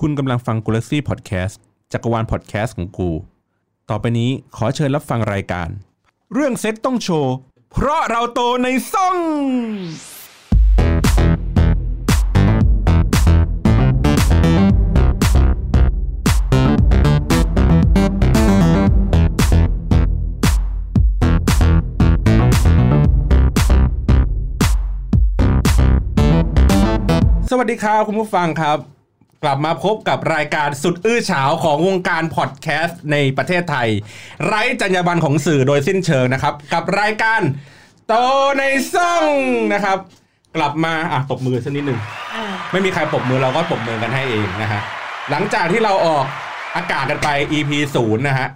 คุณกำลังฟังกูลักซี่พอดแคสต์จักรวาลพอดแคสต์ของกู ต่อไปนี้ขอเชิญรับฟังรายการ เรื่องเซ็กต้องโชว์ เพราะเราโตในซ่อง สวัสดีครับคุณผู้ฟังครับ กลับมาพบกับรายการสุดอื้อฉาวของวงการพอดแคสต์ในประเทศไทย ไร้จรรยาบรรณของสื่อโดยสิ้นเชิงนะครับ กับรายการโตในซ่องนะครับ กลับมาอ่ะตบมือสักนิดหนึ่ง อ่า ไม่มีใครปรบมือเราก็ปรบมือกันให้เองนะฮะหลังจากที่เราออกอากาศกันไป EP ศูนย์นะฮะ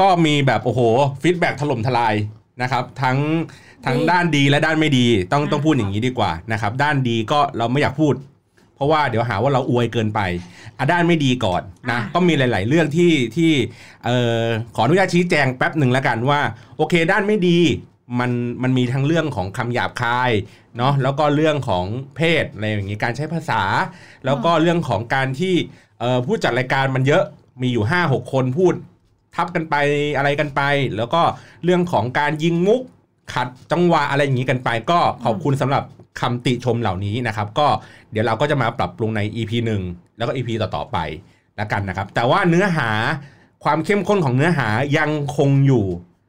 ก็มีแบบโอ้โหฟีดแบ็ถล่มทลายนะครับทั้งทั้งด้านดีและด้านไม่ดีต้องต้องพูดอย่างนี้ดีกว่านะครับด้านดีก็เราไม่อยากพูด เพราะว่าเดี๋ยวหาว่าเราอวยเกินไปอะด้านไม่ดีก่อนนะก็มีหลาย ๆ เรื่องที่ที่เอ่อขออนุญาตชี้แจงแป๊บหนึ่งแล้วกันว่า โอเคด้านไม่ดีมันมันมีทั้งเรื่องของคำหยาบคายเนาะแล้วก็เรื่องของเพศอะไรอย่างนี้การใช้ภาษา แล้วก็เรื่องของการที่เอ่อผู้จัดรายการมันเยอะมีอยู่ 5-6 คนพูด ทับกันไปอะไรกันไป แล้วก็เรื่องของการยิงมุก ขัดจังหวะอะไรอย่างนี้กันไป ก็ขอบคุณสำหรับคำติชมเหล่านี้นะครับ ก็เดี๋ยวเราก็จะมาปรับปรุงใน EP 1 แล้วก็ EP ต่อๆไปแล้วกันนะครับ แต่ว่าเนื้อหาความเข้มข้นของเนื้อหายังคงอยู่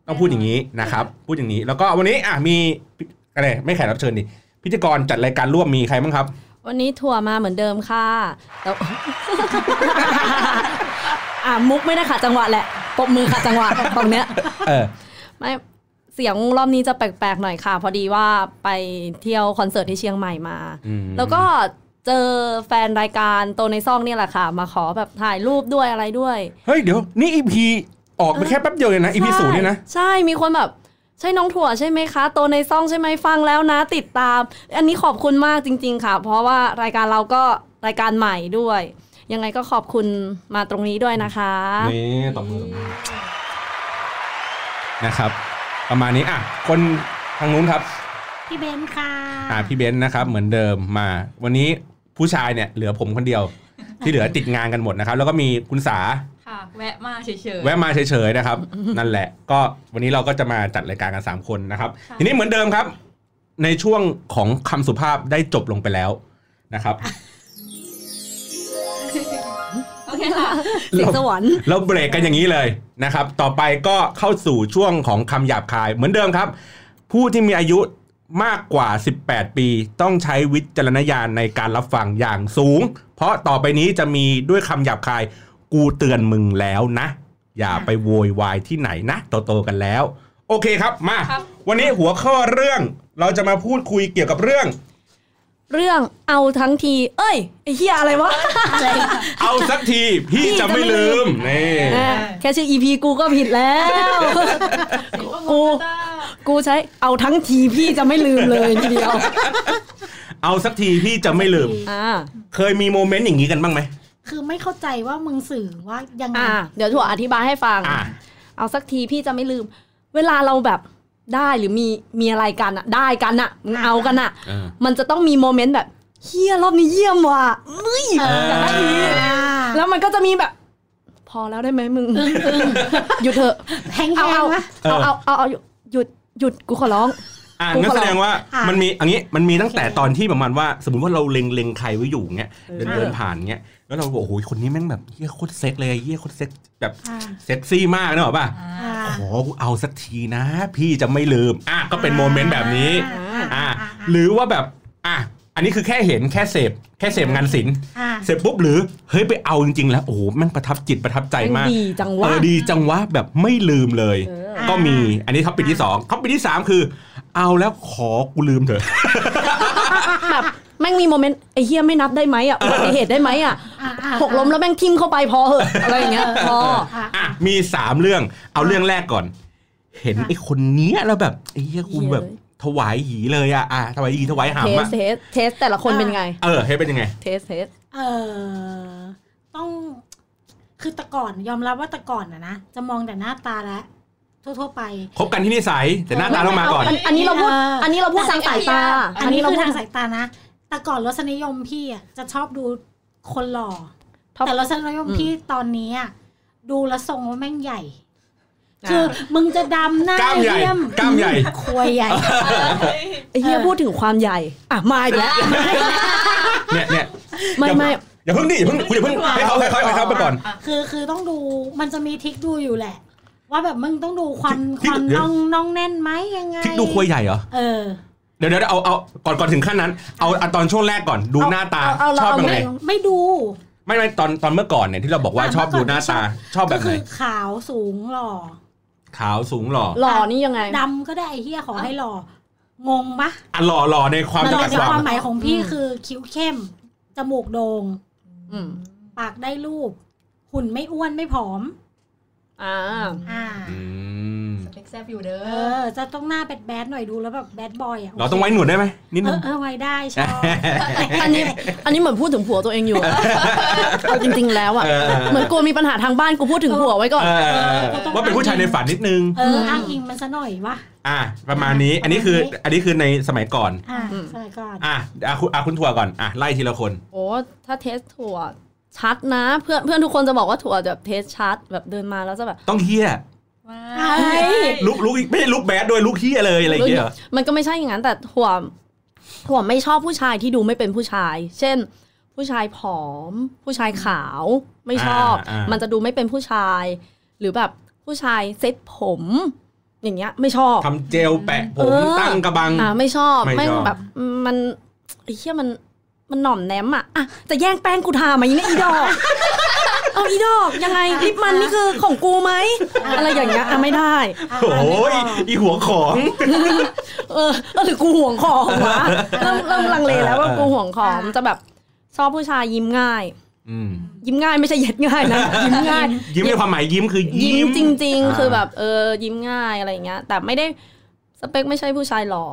ต้องพูดอย่างนี้นะครับ พูดอย่างนี้แล้วก็วันนี้อ่ะมีอะไรไม่แขกรับเชิญดิพิธีกรจัดรายการร่วมมีใครบ้างครับ วันนี้ถั่วมาเหมือนเดิมค่ะแต่ อ่ามุกไม่ได้ขาดจังหวะแหละปรบมือขาดจังหวะ ตรงเนี้ย เออ ไม่เสียงรอบนี้จะแปลกๆหน่อยค่ะ พอดีว่าไปเที่ยวคอนเสิร์ตที่เชียงใหม่มา อืม แล้วก็เจอแฟนรายการโตในซ่องเนี่ยแหละค่ะ มาขอแบบถ่ายรูปด้วยอะไรด้วย เฮ้ยเดี๋ยวนี่ EP ออกไปแค่แป๊บเดียวเลยนะ EP ศูนย์เนี่ยนะ ใช่ มีคนแบบ ใช่น้องถั่วใช่ไหมคะ โตในซ่องใช่ไหมฟังแล้วนะ ติดตาม อันนี้ขอบคุณมากจริง ๆ ค่ะ เพราะว่ารายการเราก็รายการใหม่ด้วย ยังไงก็ขอบคุณมาตรงนี้ด้วยนะคะ นี่ตบมือตบมือนะครับ ประมาณนี้อ่ะ คนทางนู้นครับ พี่เบนซ์ค่ะ อ่าพี่เบนซ์นะครับ เหมือนเดิมมา วันนี้ผู้ชายเนี่ย เหลือผมคนเดียว ที่เหลือติดงานกันหมดนะครับ แล้วก็มีคุณสา ค่ะแวะมาเฉยๆ แวะมาเฉยๆนะครับ นั่นแหละ ก็วันนี้เราก็จะมาจัดรายการกัน 3 คนนะครับ ค่ะ ทีนี้เหมือนเดิมครับ ในช่วงของคำสุภาพได้จบลงไปแล้วนะครับ โอเคค่ะ เสียงสวรรค์ เราเบรกกันอย่างนี้เลยนะครับ ต่อไปก็เข้าสู่ช่วงของคำหยาบคายเหมือนเดิมครับ ผู้ที่มีอายุมากกว่า 18 ปี ต้องใช้วิจารณญาณในการรับฟังอย่างสูง เพราะต่อไปนี้จะมีด้วยคำหยาบคาย กูเตือนมึงแล้วนะ อย่าไปโวยวายที่ไหนนะ โตโตๆกันแล้ว โอเคครับมา ครับ วันนี้หัวข้อเรื่องเราจะมาพูดคุยเกี่ยวกับเรื่อง เรื่องเอาทั้งที เอ้ยไอ้เฮียอะไรวะ เอาสักทีพี่จะไม่ลืมนี่ แม่แค่ชื่อ EP กูก็ผิดแล้ว กู กูใช้เอาทั้งทีพี่จะไม่ลืมเลยที เดียว เอาสักทีพี่จะไม่ลืม อ่า เคยมีโมเมนต์อย่างนี้กันบ้างไหม คือไม่เข้าใจว่ามึงสื่อว่ายังไง อ่า เดี๋ยวถั่วอธิบายให้ฟัง อ่ะ เอาสักทีพี่จะไม่ลืม เวลาเราแบบได้หรือมีมีอะไรกันอะได้กันอะมึงเอากันอะ เออ มันจะต้องมีโมเมนต์แบบเฮียรอบนี้เยี่ยมว่ะมึย เออ ได้อีก อ่า แล้วมันก็จะมีแบบ พอแล้วได้ไหมมึงหยุดเถ อะ แห้งๆ เอาเอา วะ เอาเอาเอาเอาหยุดหยุดกูขอร้อง อ่ะ กู งั้น ขอลอง แสดงว่า อ่ะ มันมีอันนี้มันมีตั้งแต่ตอนที่ประมาณว่าสมมติว่าเราเล็งเล็งใครไว้อยู่เงี้ยเดิน เออ เดินผ่านเงี้ยแล้วเราบอกโอ้โหคนนี้แม่งแบบเฮี้ยโคตรเซ็กเลยเฮี้ยโคตรเซ็กแบบ อ่า เซ็กซี่มากนะหรอกป่ะ อ่า ขอกูเอาสักทีนะ พี่จะไม่ลืม อ่ะก็เป็นโมเมนต์แบบนี้ อ่า อ่ะหรือว่าแบบอ่ะอันนี้คือแค่เห็นแค่เสพแค่เสพงานศิลป์ อ่า เสพปุ๊บหรือเฮ้ยไปเอาจริงๆแล้วโอ้โหแม่งประทับจิตประทับใจมาก ดีจัง เอ วะ อดีจังวะแบบไม่ลืมเลย เออ ก็มีอันนี้ท็อปปิกที่2ท็อปปิกที่ 3 คือ เอาแล้วขอกูลืมเถอะ แบบแม่งมีโมเมนต์ไอ้เฮียไม่นับได้ไหมอะอุบัติเหตุได้ไหมอะ อ่าอ่า หกล้มแล้วแม่งทิ่มเข้าไปพอเหอะอะไรอย่างเงี้ยพอ อ่า อ่ะ มี 3 เรื่องเอาเรื่องแรกก่อน เห็น ค่ะ ไอ้คนเนี้ยแล้วแบบไอ้เหี้ยกูแบบ เหี้ยเลย ถวายหีเลยอะอ่ะถวายหีถวายหา เท ม ส อะ เทสเทสแต่ละคนเป็นไง เออเฮ้ยเป็นยังไง เทสเทส เออต้อง คือแต่ก่อนยอมรับว่าแต่ก่อนอะนะจะมองแต่หน้าตาและทั่วๆไป คบกันที่นิสัยแต่หน้าตาต้องมาก่อน อันอันนี้เราพูด เอออั อันนี้เราพูดทางสายตา อันนี้คือทางสายตานะ แต่ก่อนรสนิยมพี่อะจะชอบดูคนหล่อ ท็อป แต่เราสนิยม อืม พี่ตอนนี้อะดูแลวทรงว่าแม่งใหญ่ จ้ะ คือมึงจะดำหน้าก ล้ามใหญ่ เยี่ย กล้ามใหญ่ ควยใหญ่ ไอ้เฮีย เออ พูดถึงความใหญ่ อ่ะมาอีกแล้ว เนี่ยเนี่ย ไม่ไม่ อย่าเพิ่งดิอย่าเพิ่งคุณอย่าเพิ่งให้เขาให้เขาให้เขาไปก่อน คือคือต้องดูมันจะมีทริคดูอยู่แหละ ว่าแบบมึงต้องดูความ ทริควคาม เดี๋ยว น่องน่องแน่นไหมยังไง ทิกดูควยใหญ่เหรอ เออ เดี๋ยวเดี๋ยวเอาเอาก่อนก่อนถึงขั้นนั้น เอาเอาตอนช่วงแรกก่อนดูหน้าตา เอา ช เรา อบ เอา ยังไง ไม่ ไม่ดู ไม่ไม่ตอนตอนเมื่อก่อนเนี่ยที่เราบอกว่า อ่ะ ชอบ เมื่ ดู อก่อน หน้า ช ตา อบ ชอบแบ ก็ บไห คื น อขาวสูงหล่อ ขาวสูงหล่อ หล่อนี่ยังไง ดำก็ได้ไอ้เฮียขอให้หล่องงปะ อ่ะหล่อหล่อในความ มัน จำกัเป็ด น ควา ค ม วามหมายของพี่ อืม คือคิ้วเข้ม จมูกโดง่ง อืม ปากได้รูป หุ่นไม่อ้วนไม่ผอม อ่า อ่า อืม สเปคแซบอยู่เด้อ เออ จะต้องหน้าแบดแบดๆหน่อยดูแล้วแบบแบดบอยอ่ะ เราต้องไว้หนวดได้ไหมนิด เอ นึ อง เออไว้ได้ช อบ อันนี้อันนี้เหมือนพูดถึงผัวตัวเองอยู่ เอาจริง ๆ แล้วอ่ะ เออ เหมือนกลัวมีปัญหาทางบ้านกูพูดถึงผัวไว้ก่อน เออ เราต้อง ว่าเป็นผู้ชายในฝันนิดนึง เอมออ้างอิงมันซะหน่อยวะ อ่ะประมาณนี้ อันนี้คืออันนี้คือในสมัยก่อน อ่า อืม สมัยก่อน อ่ะอ่ะคุณอ่ะคุณถั่วก่อนอ่ะไล่ทีละคน โอ้ถ้าเทสถั่วชัดนะ เพื่อนเพื่อนทุกคนจะบอกว่าถั่วแบบเทสชัดแบบเดินมาแล้วจะแบบ ต้องเฮี้ย ว้า ลุกลุกไม่ใช่ลุกแบดด้วยลุกเฮี้ยเลยอะไรอย่างเงี้ยเหรอ มันก็ไม่ใช่อย่างนั้นแต่ถั่วถั่วไม่ชอบผู้ชายที่ดูไม่เป็นผู้ชาย เช่น ผู้ชายผอม ผู้ชายขาวไม่ชอบ มันจะดูไม่เป็นผู้ชาย หรือแบบผู้ชายเซ็ตผม อย่างเงี้ย ไม่ชอบ ทำเจลแปะผม เออ ตั้งกระบัง อ่าไม่ชอบ ไม่ชอบ แม่งแบบมันไอ้เหี้ยมันมันหน่อมแนมอ่ะอ่ะจะแย่งแป้งกูทาไหมเนี่ยอีดอก เอาอีดอกยังไงลิปมันนี่คือของกูไหมอะไรอย่างเงี้ยอ่ะไม่ได้ ะ โอ้ยอีหัวของ เออเออหรือกูห่วงของว ะเริ่มเริ่มลังเลแล้วว่ากูห่วงของจะแบบชอบผู้ชายยิ้มง่าย อืม ยิ้มง่ายไม่ใช่เย็ดง่าย นะยิ้มง่าย ยิ้มในความหมายยิ้มคือยิ้ ยิ้มจริง ๆ า คือแบบเออยิ้มง่ายอะไรอย่างเงี้ย แต่ไม่ได้สเปคไม่ใช่ผู้ชายหล่อ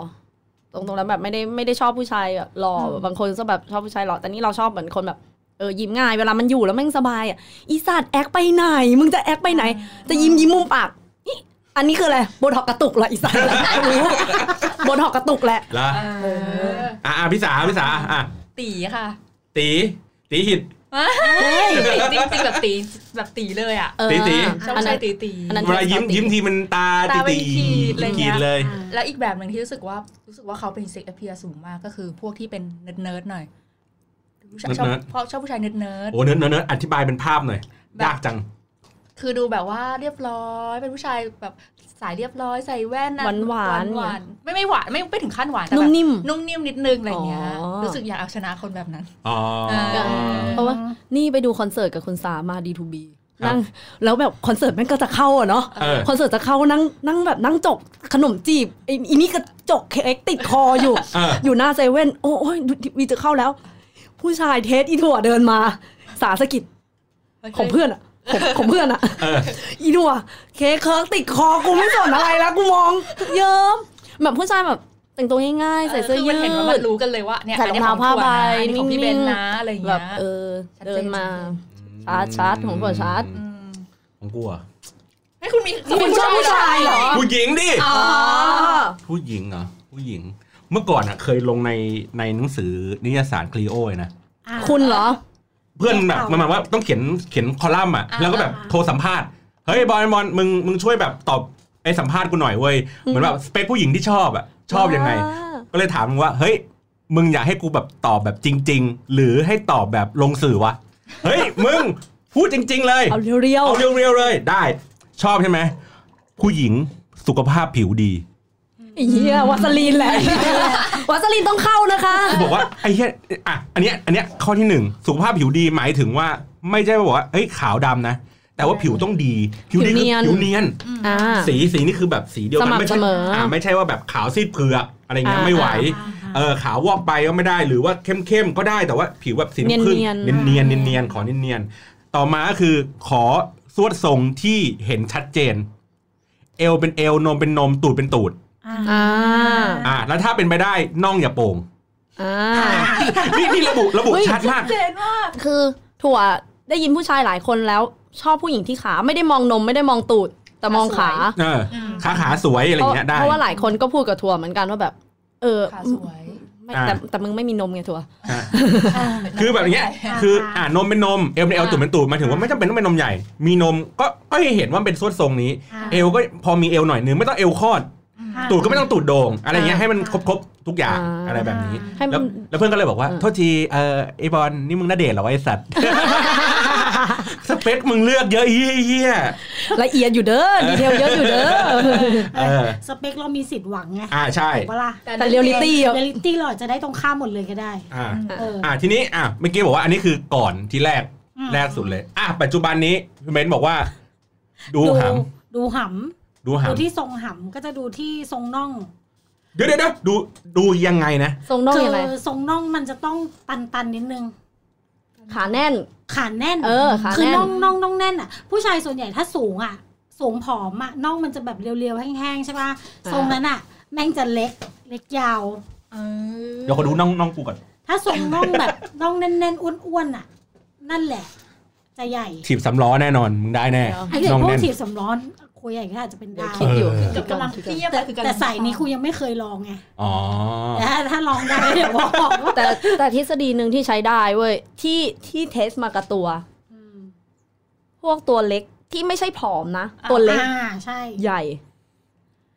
ตรงๆแล้วแบบไม่ได้ไม่ได้ชอบผู้ชายแบบหล่ออ ม บางคนก็แบบชอบผู้ชายหล่อแต่นี่เราชอบเหมือนคนแบบเออยิ้มง่าย เวลามันอยู่แล้วแม่งสบายอ่ะอีสัตว์แอคไปไหน มึงจะแอคไปไหน จะยิ้มยิ้มมุมปากนี่อันนี้คืออะไรโบท็อกกระตุกเหรออีสัตว์ รู้โบท็อกกระตุกแหละ แล้ว เออ อ่ะอ่ะพี่สาพี่สาอ่ะ ตีค่ะ ตีตีหิด ตีจริงๆแบบตีแบบตีเลยอ่ะ เออ ตีตี ชอบ อัน ใช้ นั้น ตีตี อันนั้น เวลายิ้มยิ้มทีมันตา ตาเป็นขีด เป็นขีด อะไรเงี้ย เลย อ่า แล้วอีกแบบหนึ่งที่รู้สึกว่ารู้สึกว่าเขาเป็นเซ็ก a p เพียสูงมากก็คือพวกที่เป็นเนิร์ดเนิร์ดๆหน่อยชอบชอบ เนิร์ด เพราะชอบผู้ชายเนิร์ดเนิร์ด โอ้เนื้อเนื้อเนื้ออธิบายเป็นภาพหน่อย แบบ ยากจัง คือดูแบบว่าเรียบร้อยเป็นผู้ชายแบบสายเรียบร้อยใส่แว่นนะ หวานๆ หวานๆไม่ไม่หวานไม่ไม่ถึงขั้นหวานแต่ นุ่ แบ ม บ นิ่ม นุ่มนิ่มนิดนึงอะไรเงี้ย อ๋อ รู้สึกอยากเอาชนะคนแบบนั้น อ๋อ เออ เพราะว่านี่ไปดูคอนเสิร์ตกับคุณสามาดีทูบีนั่งแล้วแบบคอนเสิร์ตแม่งก็จะเข้าอะเนาะ เออ คอนเสิร์ตจะเข้านั่งนั่งแบบนั่งจกขนมจีบไอ้อีนี่กระจกเค้กติดคออยู่ เออ อยู่หน้าเซเว่นโอ้โอ้ยดูทีวีจะเข้าแล้ว ผู้ชายเทสอีถั่วเดินมา สาสะกิดของเพื่อนอะของของเพื่อนอะ เออ อีหนัวเค้กเคิร์กติดคอกูไม่สนอะไรแล้วกูมอง เยิ้มแบบผู้ชายแบบแต่งตัวง่ายๆใส่เสื้อยื คืมันเห็นว่า ด มันรู้กันเลยว่าเนี่ย ใส่รองเท้าผ้าใบ อันนี้ของพี่เบน นิ่งๆ นะอะไรอย่าง แบ เงี้ บ ย เออ ชัดเจน เดินมา ชาร์จชาร์จของผัวชาร์จขอืมองกูเหรอ ให้ยคุณมี คุณชอบผู้ชายเหรอ ผู้หญิงดิ อ๋อ ผู้หญิงเหรอ ผู้หญิง เมื่อก่อนอ่ะเคยลงในในหนังสือนิยายสารคลีโอเลยนะ อ่า คุณเหรอ เพื่อนแบบ เอามั มันแบบว่าต้องเขียนเขียนคอลัมน์อ่ะ อ่า แล้วก็แบบโทรสัมภาษณ์ เฮ้ยบอลบอลมึงมึงช่วยแบบตอบไอ้สัมภาษณ์กูหน่อยเว้ย อืม เหมือนแบบสเปคผู้หญิงที่ชอบอ่ะ ชอบยังไง ก็เลยถามมึงว่า เฮ้ย มึงอยากให้กูแบบตอบแบบจริง ๆ หรือให้ตอบแบบลงสื่อวะ เฮ้ย มึง พูดจริง ๆ เลย เอาเรียว เอาเรียวๆเลยได้ ชอบใช่ไหมผู้หญิงสุขภาพผิวดี ๆไอ้เหี้ยวาสลีนแหละวาสลีนต้องเข้านะคะ กูบอกว่าไอ้เหี้ยอ่ะอันเนี้ยอันเนี้ยข้อที่หนึ่งสุขภาพผิวดีหมายถึงว่า ไม่ใช่ว่าบอกว่าเอ้ยขาวดำนะ แต่ว่าผิวต้องดีผิวดีคือ ผิวเนียน ผิวเนียน อ่า สีสีนี่คือแบบสีเดียวกั ส น ม่ำ ไม่ใช่ เสมออ่ ไม่ใช่ว่าแบบขาวซีดเผือกอะไรเงี้ย อ่า ไม่ไหว อ่าอ่า เออขาววอกไปก็ไม่ได้หรือว่าเข้มเข้มๆก็ได้แต่ว่าผิวแบบสีน้ำผึ้ง เนี เนียยน น ๆ เนียนเนียนๆขอเนียนเนียนๆต่อมาก็คือขอสวดทรงที่เห็นชัดเจน เอวเป็นเอวนมเป็นนมตูดเป็นตูด อ่า อ่า อ่าแล้วถ้าเป็นไปได้น่องอย่าโป่ง อ่า นี่นี่ระบุระบุ เฮ้ย ชัดมาก เจนมาก คือถั่วได้ยินผู้ชายหลายคนแล้ว ชอบผู้หญิงที่ขาไม่ได้มองนมไม่ได้มองตูด แต่มองขา เออขาขาสวยอะไรเงี้ยได้ เพราะว่าหลายคนก็พูดกับทัวร์เหมือนกันว่าแบบ เออ ขาสวย ไม่ ไม่ อ่า แต่แต่มึงไม่มีนมไงถั่ว ฮะ เออ คือแบบอย่างเงี้ย อ่า คืออ่านมเป็นนม เอลเป็นเอลตุ่มเป็นตุ่มหมายถึงว่าไม่จำเป็นต้องเป็นนมใหญ่ มีนมก็ก็ให้เห็นว่ามันเป็นสวดทรงนี้ อ่า เอลก็พอมีเอลหน่อยนึงไม่ต้องเอลคลอด อ่า ตูดก็ไม่ต้องตูดโด่งอะไรอย่างเงี้ย อ่า ให้มันครบครบๆทุกอย่าง อ่า อะไรแบบนี้ ให้มั แล้ว น แล้วเพื่อนก็เลยบอกว่า เออ โทษทีเออไอบอลนี่มึงน่าเดทเหรอวะไอสัต ว์ สเปคมึงเลือกเยอะเยี่ย ละเอียดอยู่เด้อดีเทลเยอะอยู่เด้อ เออ สเปคเรามีสิทธิ์หวังไง อ่าใช่ ถูกปะล่ะ แต่เรียลลิตี้ เรลิตี้เราอาจจะได้ตรงข้ามหมดเลยก็ได้ อ่า เอออ อ่าทีนี้อ่ะเมื่อกี้บอกว่าอันนี้คือก่อนที่แรก อืม แรกสุดเลย อ่ะปัจจุบันนี้พี่เมนบอกว่า ดู ดู ห ดูห ำดู ำ หำ ดูที่ทรงหำก็จะดูที่ทรงน่อง เดี๋ยวเดี๋ยวเดี๋ยวดูดูยังไงนะ ทรงน่อง คื ยังไง ทรงน่องมันจะต้องตันตันๆนิดนึง ขาแน่น ขาแน่น เออขา คือ แน่น น่องน่องน่องแน่นอ่ะ ผู้ชายส่วนใหญ่ถ้าสูงอ่ะ สูงผอมอ่ะน่องมันจะแบบเรียวๆแห้งๆใช่ป่ะ อ่า ทรงนั้นอ่ะ แม่งจะเล็กเล็กยาว เดี๋ยวขอดูน้องน้องกูก่อน ถ้าทรงน่อง แบบ น่องแน่นๆอ้วนๆอ่ะ นั่นแหละ จะใหญ่ ถีบสำล้อแน่นอน มึงได้แน่ เดี๋ยว ไอ้เด็ก น้อง พวก แน่น ถีบสำร้อนคุยใหญ่ก็อาจจะเป็นได้ คิดอยู่ เออ คิด เกือบกำลังเครียด แต่ คือำลัง แต่สายนี้คุยยังไม่เคยลองไง อ๋อ แต่ถ้าลองได้เดี๋ยวบอกว่า แต่แต่ทฤษฎีหนึ่งที่ใช้ได้เว้ยที่ที่เทสมากับตัว อืม พวกตัวเล็กที่ไม่ใช่ผอมนะ ตัวเล็ก อ่าใช่ ใหญ่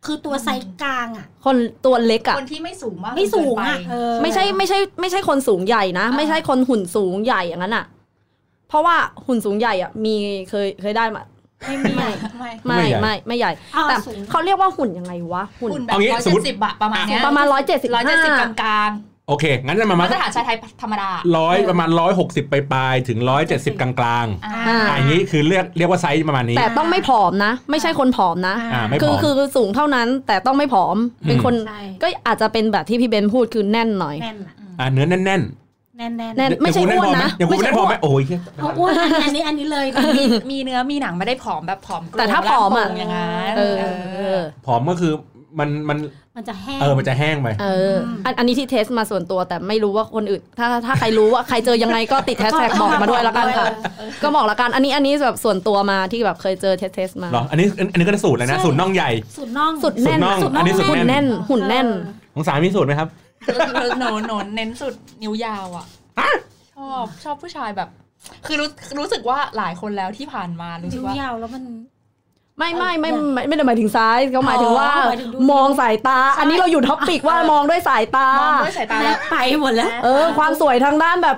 คือตัวไซส์กลางอ่ะ คนตัวเล็กอ่ะ คนที่ไม่สูงมาก ไม่สูงอ่ะ เกินไป เออ ไม่ใช่ไม่ใช่ไม่ใช่คนสูงใหญ่นะ อ่า ไม่ใช่คนหุ่นสูงใหญ่อย่างนั้นอ่ะ เพราะว่าหุ่นสูงใหญ่อ่ะมีเคยเคยได้มา ไม่มี ไม่ อ่ะ ไม่ ไม่ ไม่ใหญ่ ไม่ไม่ใหญ่ เอา แต่ สูง เขาเรียกว่าหุ่นยังไงวะหุ่น หุ่นแบ เอา บ งี้ ร้อย สม เจ็ มุ ด ติ สิบอะประมาณเนี้ย ประมาณ175 ร้อยเจ็ดสิบกลางกลาง โอเค งั้นจะมา ๆ มา มาตรฐานชายไทยธรรมดา ร้อยประมาณร้อยหกสิบไปลายๆถึงร้อยเจ็ดสิบกลาง อ่า อ่า ๆอ่ะอย่างนี้คือเรียกเรียกว่าไซส์ประมาณนี้ แต่ต้องไม่ผอมนะ ไม่ใช่คนผอมนะ อ่าไม่ คื ผอม คือสูงเท่านั้น แต่ต้องไม่ผอมเป็นคน ใช่ ก็อาจจะเป็นแบบที่พี่เบนพูดคือแน่นหน่อย แน่นอ่ะ อ่าเนื้อแน่นๆแน่น แน่นแน่น แน่น ไม่ใช่อ้วนนะ อย่างกูแน่นพอไหม ไม่ใช่อย่างกูแน่นพอไหมอ้วนโอ้ยเหี้ย เอาอ้วนอันอันนี้อันนี้เลย มีมีเนื้อมีหนังไม่ได้ผอมแบบผอมโกล แต่ถ้าผอมอะ ร่างโกลอย่างนั้น เออ เอ เอ อ อ ผอมก็คือมันมัน มันจะแห้ง เออมันจะแห้งไป เอออันอันนี้ที่เทสมาส่วนตัวแต่ไม่รู้ว่าคนอื่น ถ้าถ้าใครรู้ว่าใครเจอยังไงก็ติดแฮชแท็กบอกมาด้วยแล้วกันค่ะ ก็บอกแล้วกัน อันนี้อันนี้แบบส่วนตัวมาที่แบบเคยเจอเทสเทสมา เหรอ อันนี้อันนี้ก็สูตรแล้วนะ ใช่ สูตรน่องใหญ่ สุดน่อง สุดแน่น สุดน่องอันนี้สุด หุ่น แน่ แน่ น นหุ่นแน่น ของสามีสูตรไหมครับ หนูหนูเน้นสุดนิ้วยาวอ่ะ ชอบชอบผู้ชายแบบ คือรู้รู้สึกว่าหลายคนแล้วที่ผ่านมารู้สึ นิ้วกว่า ยาวแล้วมัน ไม่ไม่ไม่ไม่ไม่ได้หมายถึงซ้ายเขาหมายถึงว่า อ๋อหมายถึงดู มองสายตา อันนี้เราอยู่ท็อปปิกว่ามองด้วยสายตาม องด้วยสายตา แล แล้ว บไปหมดแล้ว เออ ความสวยทางด้านแบบ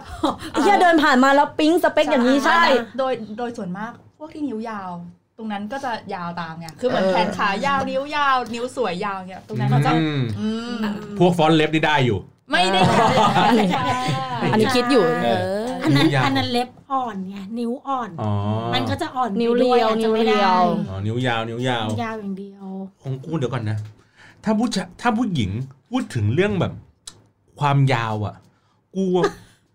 เฮียเดินผ่านมาแล้วปิ๊งสเปคอย่างนี้ใช่ โดยโดยส่วนมากพวกที่นิ้วยาว ตรงนั้นก็จะยาวตามไงคือเหมือน เออ แขนขายาวนิ้วยาว นิ้วสวยยาวเนี่ยตรงนั้นเขาจะ อืม อืม พวกฟอนต์เล็บนี่ได้อยู่ ไม่ได้ขนาดนั้นค่ะ อันนี้คิดอยู่เออ อันนั้น นิ้วยาว อันนั้นเล็บอ่อนไงนิ้วอ่อน อ๋อ มันก็จะอ่อนไป นิ้วเรียว ด้อาจจะไม่ นิ้วเรียว อ๋อนิ้วยาวนิ้วยาวได้นิ้วยาวอย่างเดียว ของกูเดี๋ยวก่อนนะ ถ้าผู้ชายถ้าผู้หญิงพูดถึงเรื่องแบบ ความยาวอะ่ะ กูว่า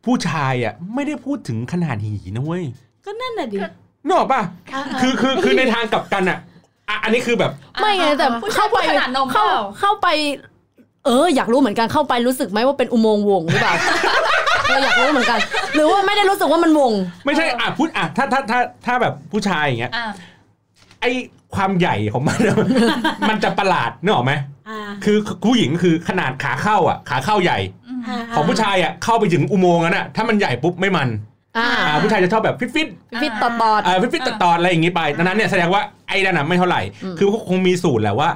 ผู้ชายอะ่ะ ไม่ได้พูดถึงขนาดหีนะเว้ย ก็นั่นน่ะดิ นึกออกปะ เออเออ คือคือคือในทางกลับกันอะอ่ะ อันนี้คือแบบ ไม่ไงแต่ ผู้ชย เข้าไป พูดขนาดนมเป เข้า ล่า เข้าไป เออ อยากรู้เหมือนกันเข้าไปรู้สึกไหมว่าเป็นอุโมงค์วงหรือเปล่า เราอยากรู้เหมือนกัน หรือว่าไม่ได้รู้สึกว่ามันวง ไม่ใช่อ่ะพูดอ่ะถ้าถ้าถ้าถ้าแบบผู้ชายอย่างเงี้ย อ่ะ ไอความใหญ่ของมัน มันจะประหลาดนึกออกไหม อ่า คือผู้หญิงคือขนาดขาเข้าอ่ะ ขาเข้าใหญ่ อืม า ของผู้ชายอ่ะเข้าไปถึงอุโมงค์นั้นอ่ะถ้ามันใหญ่ปุ๊บไม่มัน อ่า อ่าผู้ชายจะชอบแบบฟิตฟิตๆ ฟิตตอด เออฟิตๆตัดตอนอะไรอย่างนี้ไปดังนั้นเนี่ยแสดงว่าไอ้นั่นน่ะไม่เท่าไหร่ อืม คือก็คงมีสูตรแหละว่า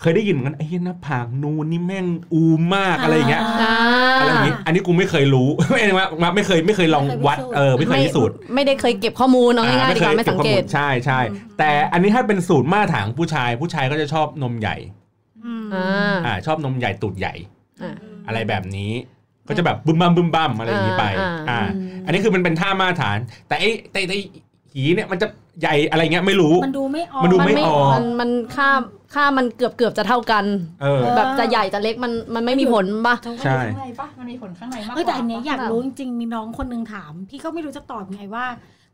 เคยได้ยินเหมือนกันไอ้เหี้ยหน้าผากนูนนี่แม่งอูมากอะไรอย่างเงี้ย ๆอ่า อะไรอย่างงี้ อันนี้กูไม่เคยรู้ ไม่ได้ว่าไม่เคยไม่เคยลองวัดเออไม่เคยพิสูจน์ ไม่ได้เคยเก็บข้อมูลเอาง่ายๆดีกว่าไม่สังเกต ใช่ใช่แต่อันนี้ถ้าเป็นสูตรมาตรฐานของผู้ชาย ผู้ชายก็จะชอบนมใหญ่ อืม อ่า อ่าชอบนมใหญ่ตูดใหญ่ อ่า อะไรแบบนี้ ก็จะแบบบึมบัมบึมบัมอะไรอย่างนี้ไป อ่าอ่า อ่าอันนี้คือมันเป็นท่ามาตรฐาน แต่ไอ้แต่แต่หีเนี่ยมันจะใหญ่อะไรเงี้ยไม่รู้ มันดูไม่ออก มันดูไม่ออก มันมันค่าค่ามันเกือบเกือบจะเท่ากัน เออ แบบจะใหญ่จะเล็กมันมันไม่มีผลป่ะ ใช่ ข้างในปะมันมีผลข้างในมากก เออ ว่า แต่อันเนี้ย ปะ อยากรู้จริงๆมีน้องคนหนึงถาม พี่ก็ไม่รู้จะตอบไงว่า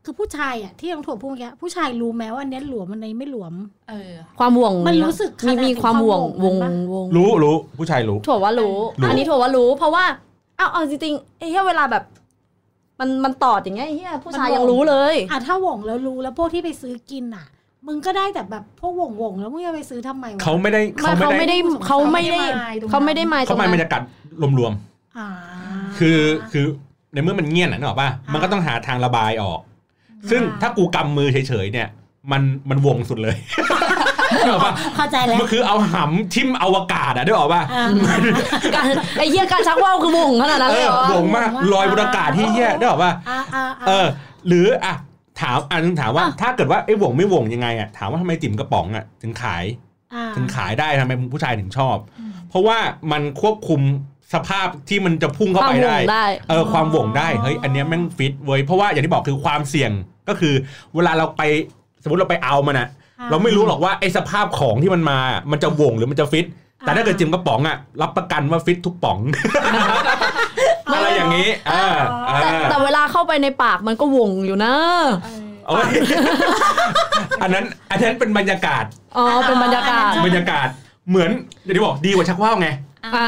คือผู้ชายอ่ะที่น้องถั่วพูดเมื่อกี้ผู้ชายรู้ไหมว่าอันเนี้ยหลวมอันนี้ไม่หลวม เออ ความห่วง มันรู้สึกข มี นาด มีความห่วงวง ปะ วง รู้รู้ผู้ชายรู้ ถั่วว่ารู้ รู้ อันนี้ถั่วว่ารู้ เพราะว่าเอาเอาจริงๆไอ้เหี้ยเวลาแบบ มันมันตอดอย่างเงี้ยไอ้เหี้ยผู้ชายยังรู้เลย อ่ะถ้าหวงแล้วรู้แล้วพวกที่ไปซื้อกินอ่ะ มึงก็ได้แต่แบบพวกหวงหวงๆแล้วมึงจะไปซื้อทำไมวะ เขาไม่ได้ เขา เขาไม่ ไม่ ได้ ได้เขาไม่ได้ เขาไม่ได้ เขาไม่ได้หมายตร เขา ง ไม่ นั้น บรรยากาศรวม อ่า คือคือในเมื่อมันเงียบน่ะนึกออกป่ะมันก็ต้องหาทางระบายออก ซึ่งถ้ากูกำมือเฉยๆเนี่ย มันมันวงสุดเลยนึกออกป่ะ เข้าใจแล้ว มันคือเอาหำทิ่มอวกาศอะนึกออกป่ะ อ่า การไอ้เหี้ยการชักว่าวคือวงขนาดนั้น เอ เลย อ เหรอ วงมาก วงมาก ลอยบนอากาศที่แย่นึกออกป่ะ อ่าอ่าอ่า เออหรืออ่ะถามอันนึงถามว่า อ่ะ ถ้าเกิดว่าไอ้วงไม่วงยังไงอ่ะถามว่าทำไมจิ๋มกระป๋องอ่ะถึงขาย อ่า ถึงขายได้ทำไมผู้ชายถึงชอบ เพราะว่ามันควบคุมสภาพที่มันจะพุ่งเข้า ฟัง ไป ว ได้ งได้ เออความวงได้เฮ้ยอันเนี้ยแม่งฟิตเว้ยเพราะว่าอย่างที่บอกคือความเสี่ยงก็คือ เวลาเราไปสมมติเราไปเอามันอ่ะ เราไม่รู้หรอกว่าไอ้สภาพของที่มันมา มันจะวงหรือมันจะฟิต แต่ถ้าเกิดจิ๋มกระป๋องอ่ะรับประกันว่าฟิตทุกป๋องอะไรอย่างนี้เออเอ แต่ อ แต่เวลาเข้าไปในปากมันก็วงอยู่นะ เออ โอ้ ยอันนั้นอันนั้นเป็นบรรยากาศ อ๋อ เป็นบรรยากาศ บรรยากาศเหมือนอย่างที่บอกดีกว่าชักว่าวไง อ่า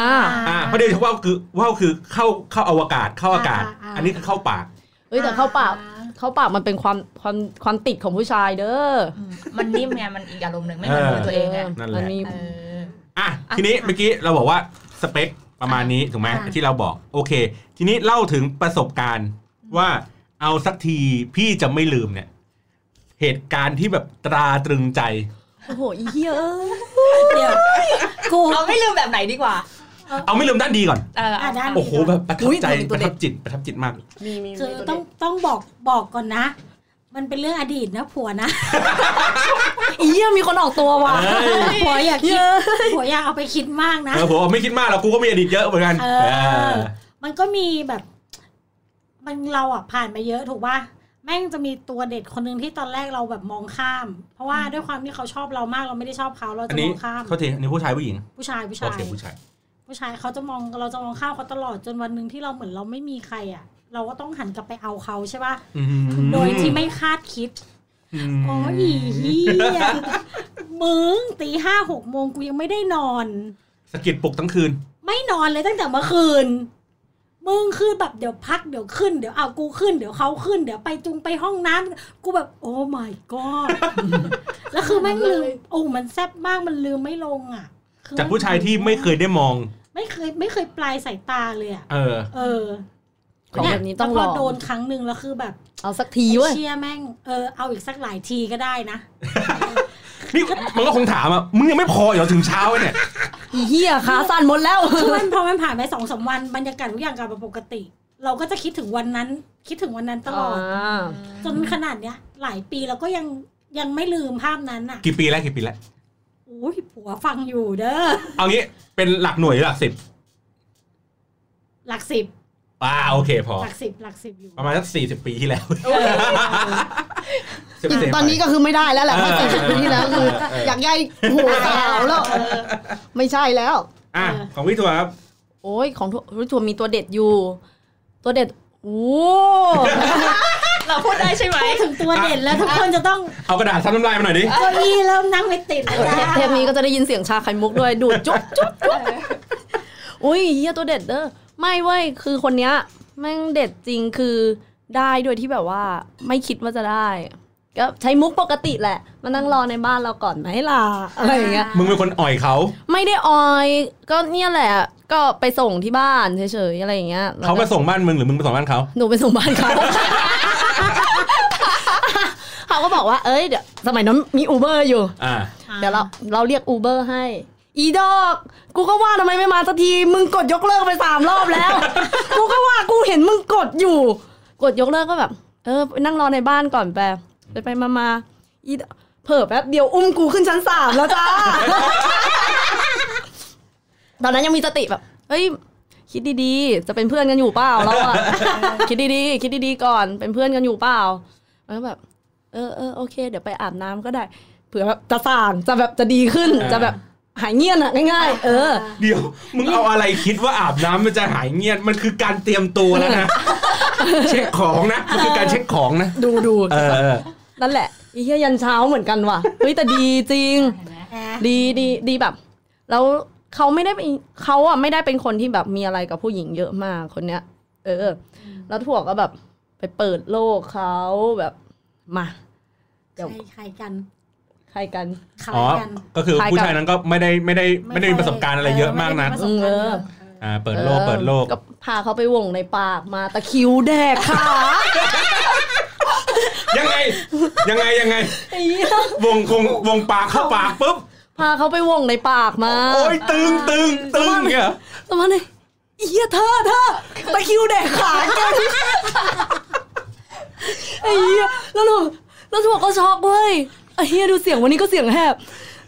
อ่าเพราะเดียวชักว่าวคือว่าวคือเข้าเข้าอวกาศเข้าอากาศ อ่าอ่า อันนี้คือเข้าปาก เอ้ยแต่เข้าปาก เข้าปากมันเป็นความความความติดของผู้ชายเด้อ อืมมันนิ่มไง มันอีกอารมณ์หนึ่งไม่เหมือนมือตัวเองไง มัมี เออ อ่ะ อ่ะ ทีนี้เมื่อกี้เราบอกว่าสเปคประมาณนี้ถูกไหม อ่า ที่เราบอกโอเค ทีนี้เล่าถึงประสบการณ์ว่าเอาสักทีพี่จะไม่ลืมเนี่ย เหตุการณ์ที่แบบตราตรึงใจ โอ้โหอีเหี้ยเอ้ย เดี๋ยวกู เอาไม่ลืมแบบไหนดีกว่า เอาไม่ลืมด้านดีก่อน เออ อ่ะ เอา ได้ โอ้โหแบบประทับใจ อุ๊ยลืมปตัว ระ เด็ ทั ด บจิตประทับจิตมาก มีมี คือ มี ต้องต้องบอกบอกก่อนนะ มันเป็นเรื่องอดีตนะผัวนะ อีเหี้ยมีคนออกตัวว่ะ เอ้ย ผัวอย่าคิด เหี้ย ผัวอย่าเอาไปคิดมากนะ เออผมว่าไม่คิดมากหรอกกูก็มีอดีตเยอะเหมือนกัน เออ เออ มันก็มีแบบ มันเราอ่ะผ่านมาเยอะถูกป่ะแม่งจะมีตัวเด็ดคนหนึ่งที่ตอนแรกเราแบบมองข้าม เพราะว่าด้วยความที่เขาชอบเรามากเราไม่ได้ชอบเขาเรา อั จะ น ม นี้ องข้าม เขาทีอันนี้ผู้ชายผู้หญิง ผู้ชายผู้ โอ ชาย เคผู้ชาย ผู้ชายเขาจะมองเราจะมองข้ามเขาตลอดจนวันหนึ่งที่เราเหมือนเราไม่มีใครอ่ะ เราก็ต้องหันกลับไปเอาเขาใช่ป่ะโดยที่ไม่คาดคิด โอ้ยเฮียมึงตีห้าหกโมงกูยังไม่ได้นอน สะกิดปลุกทั้งคืน ไม่นอนเลยตั้งแต่เมื่อคืน มึงคือแบบเดี๋ยวพักเดี๋ยวขึ้นเดี๋ยวเอากูขึ้นเดี๋ยวเขาขึ้นเดี๋ยวไปจุงไปห้องน้ำกูแบบ โอ้ my god แล้วคือแม่งลืมโอ้มันแซ่บมากมันลืมไม่ลงอ่ะคือ จากผู้ชายที่ไม่เคยได้มอง ไม่เคยไม่เคยปลายสายตาเลยอ่ะ เออ เออ ของแบบนี้ต้อง แล้ ล ว อ พ ง โดนครั้งหนึ่งแล้วคือแบบ เอาสักทีเว้ย เชี่ยแม่งเออเอาอีกสักหลายทีก็ได้นะ นี่มันก็คงถามอ่ะ มึงยังไม่พอเหรอถึงเช้าเนี่ย อีเหี้ยขาสั่นหมดแล้ว คือมันพอมันผ่านไปสองสามวันบรรยากาศทุกอย่างกลับมาปกติ เราก็จะคิดถึงวันนั้น คิดถึงวันนั้นตลอดจนขนาดเนี้ย หลายปีเราก็ยังยังไม่ลืมภาพนั้นอ่ะ กี่ปีแล้วกี่ปีแล้ว อุ้ยผัวฟังอยู่เด้อ เอางี้เป็นหลักหน่วยหรือหลักสิบ หลักสิบ อ่าโอเคพอ หลักสิบหลักสิบอยู่ ประมาณสักสี่สิบปีที่แล้วเซฟ อีเซฟกไป ตอนนี้ก็คือไม่ได้แล้วแหละถ้า เอ สี่ อ สิบปีที่แล้วคือ เออ อยากย้ายหัวสาวแล้ว ไม่ใช่แล้ว อ่ะของพี่ถั่วครับ โอ้ยของทัวรู้ทัวร์มีตัวเด็ดอยู่ ตัวเด็ดโอ้ เราพูดได้ใช่ไหม พูดถึงตัวเด่นแล้วทุกคนจะต้อง เอากระดาษซับน้ำลายมาหน่อยดิ เก้าอี้เริ่มนั่งไม่ติดแล้วจ้า เทปนี้ก็จะได้ยินเสียงชาไข่มุกด้วย ดูดจุ๊บจุ๊บจุ๊บอุ้ยเฮียตัวเด็ดเด้อไม่เว้ยคือคนเนี้ย แม่งเด็ดจริงคือได้โดยที่แบบว่า ไม่คิดว่าจะได้ ก็ใช้มุกปกติแหละ มานั่งรอในบ้านเราก่อนไหมล่ะอะไรอย่างเงี้ย มึงเป็นคนอ่อยเขา ไม่ได้ออยก็เนี่ยแหละ ก็ไปส่งที่บ้านเฉยๆอะไรอย่างเงี้ย เขามาส่งบ้านมึงหรือมึงมาส่งบ้านเขา หนูไปส่งบ้านเขา เขาก็บอกว่าเอ้ยเดี๋ยวสมัยนั้นมีอูเบอร์อยู่ อ่า เดี๋ยวเราเราเรียกอูเบอร์ให้ อีดอก กูก็ว่าทำไมไม่มาสักที มึงกดยกเลิกไปสามรอบ แล้ว กูก็ว่ากูเห็นมึงกดอยู่ กดยกเลิกก็แบบ เออไปนั่งรอในบ้านก่อนแปไปไปมามาอีดอกเผลอแป๊บเดียวอุ้มกูขึ้นชั้นสามแล้วจ้า ตอนนั้นยังมีสติแบบ เฮ้ย คิดดีๆ จะเป็นเพื่อนกันอยู่เปล่าเราอะ คิดดีๆ คิดดีๆ ก่อน เป็นเพื่อนกันอยู่เปล่า แล้วแบบ เออเออโอเค เดี๋ยวไปอาบน้ำก็ได้ เผื่อแบบจะส่าง จะแบบจะดีขึ้น อ่า จะแบบหายเงียนอะง่าย ๆ เออ เดี๋ยวมึงเอาอะไรคิดว่าอาบน้ำมันจะหายเงียบมันคือการเตรียมตัวแล้วนะ เช็คของนะ มันคือการเช็คของนะ ดูดู เออเออ นั่นแหละอีเหี้ยยันเช้าเหมือนกันว่ะ เฮ้ย แต่ดีจริง ดีดีดีแบบ แล้วเขาไม่ได้เป็นเขาอ่ะไม่ได้เป็นคนที่แบบมีอะไรกับผู้หญิงเยอะมากคนเนี้ย เออ แล้วถั่วก็แบบ ไปเปิดโลกเขาแบบมา ใค เดี๋ยว รใครกัน ใครกัน ใคร อ๋อ กัน ก็คือผู้ชายนั้นก็ไม่ได้ไม่ได้ไม่ได้มีประสบการณ์อะไรเยอะมากนัก ไม่ได้ประสบการณ์เยอะ เ อ่าเปิดโลกเปิดโลก ก็พาเขาไปวงในปากมาตะคริวแดกขา ยังไง ยังไงยังไง ไอ้เหี้ยว งคงวงปากเข้าปากปุ๊บ พาเขาไปวงในปากมา โอ้ยตึงตึงตึงเนี่ย ประมาณนี้เฮียเธอเธอตะคริวแดกขาแกที่ไอ้เฮียแล้วหนูแล้วถั่วก็ช็อกเว้ยไอ้เฮียดูเสียงวันนี้ก็เสียงแหบ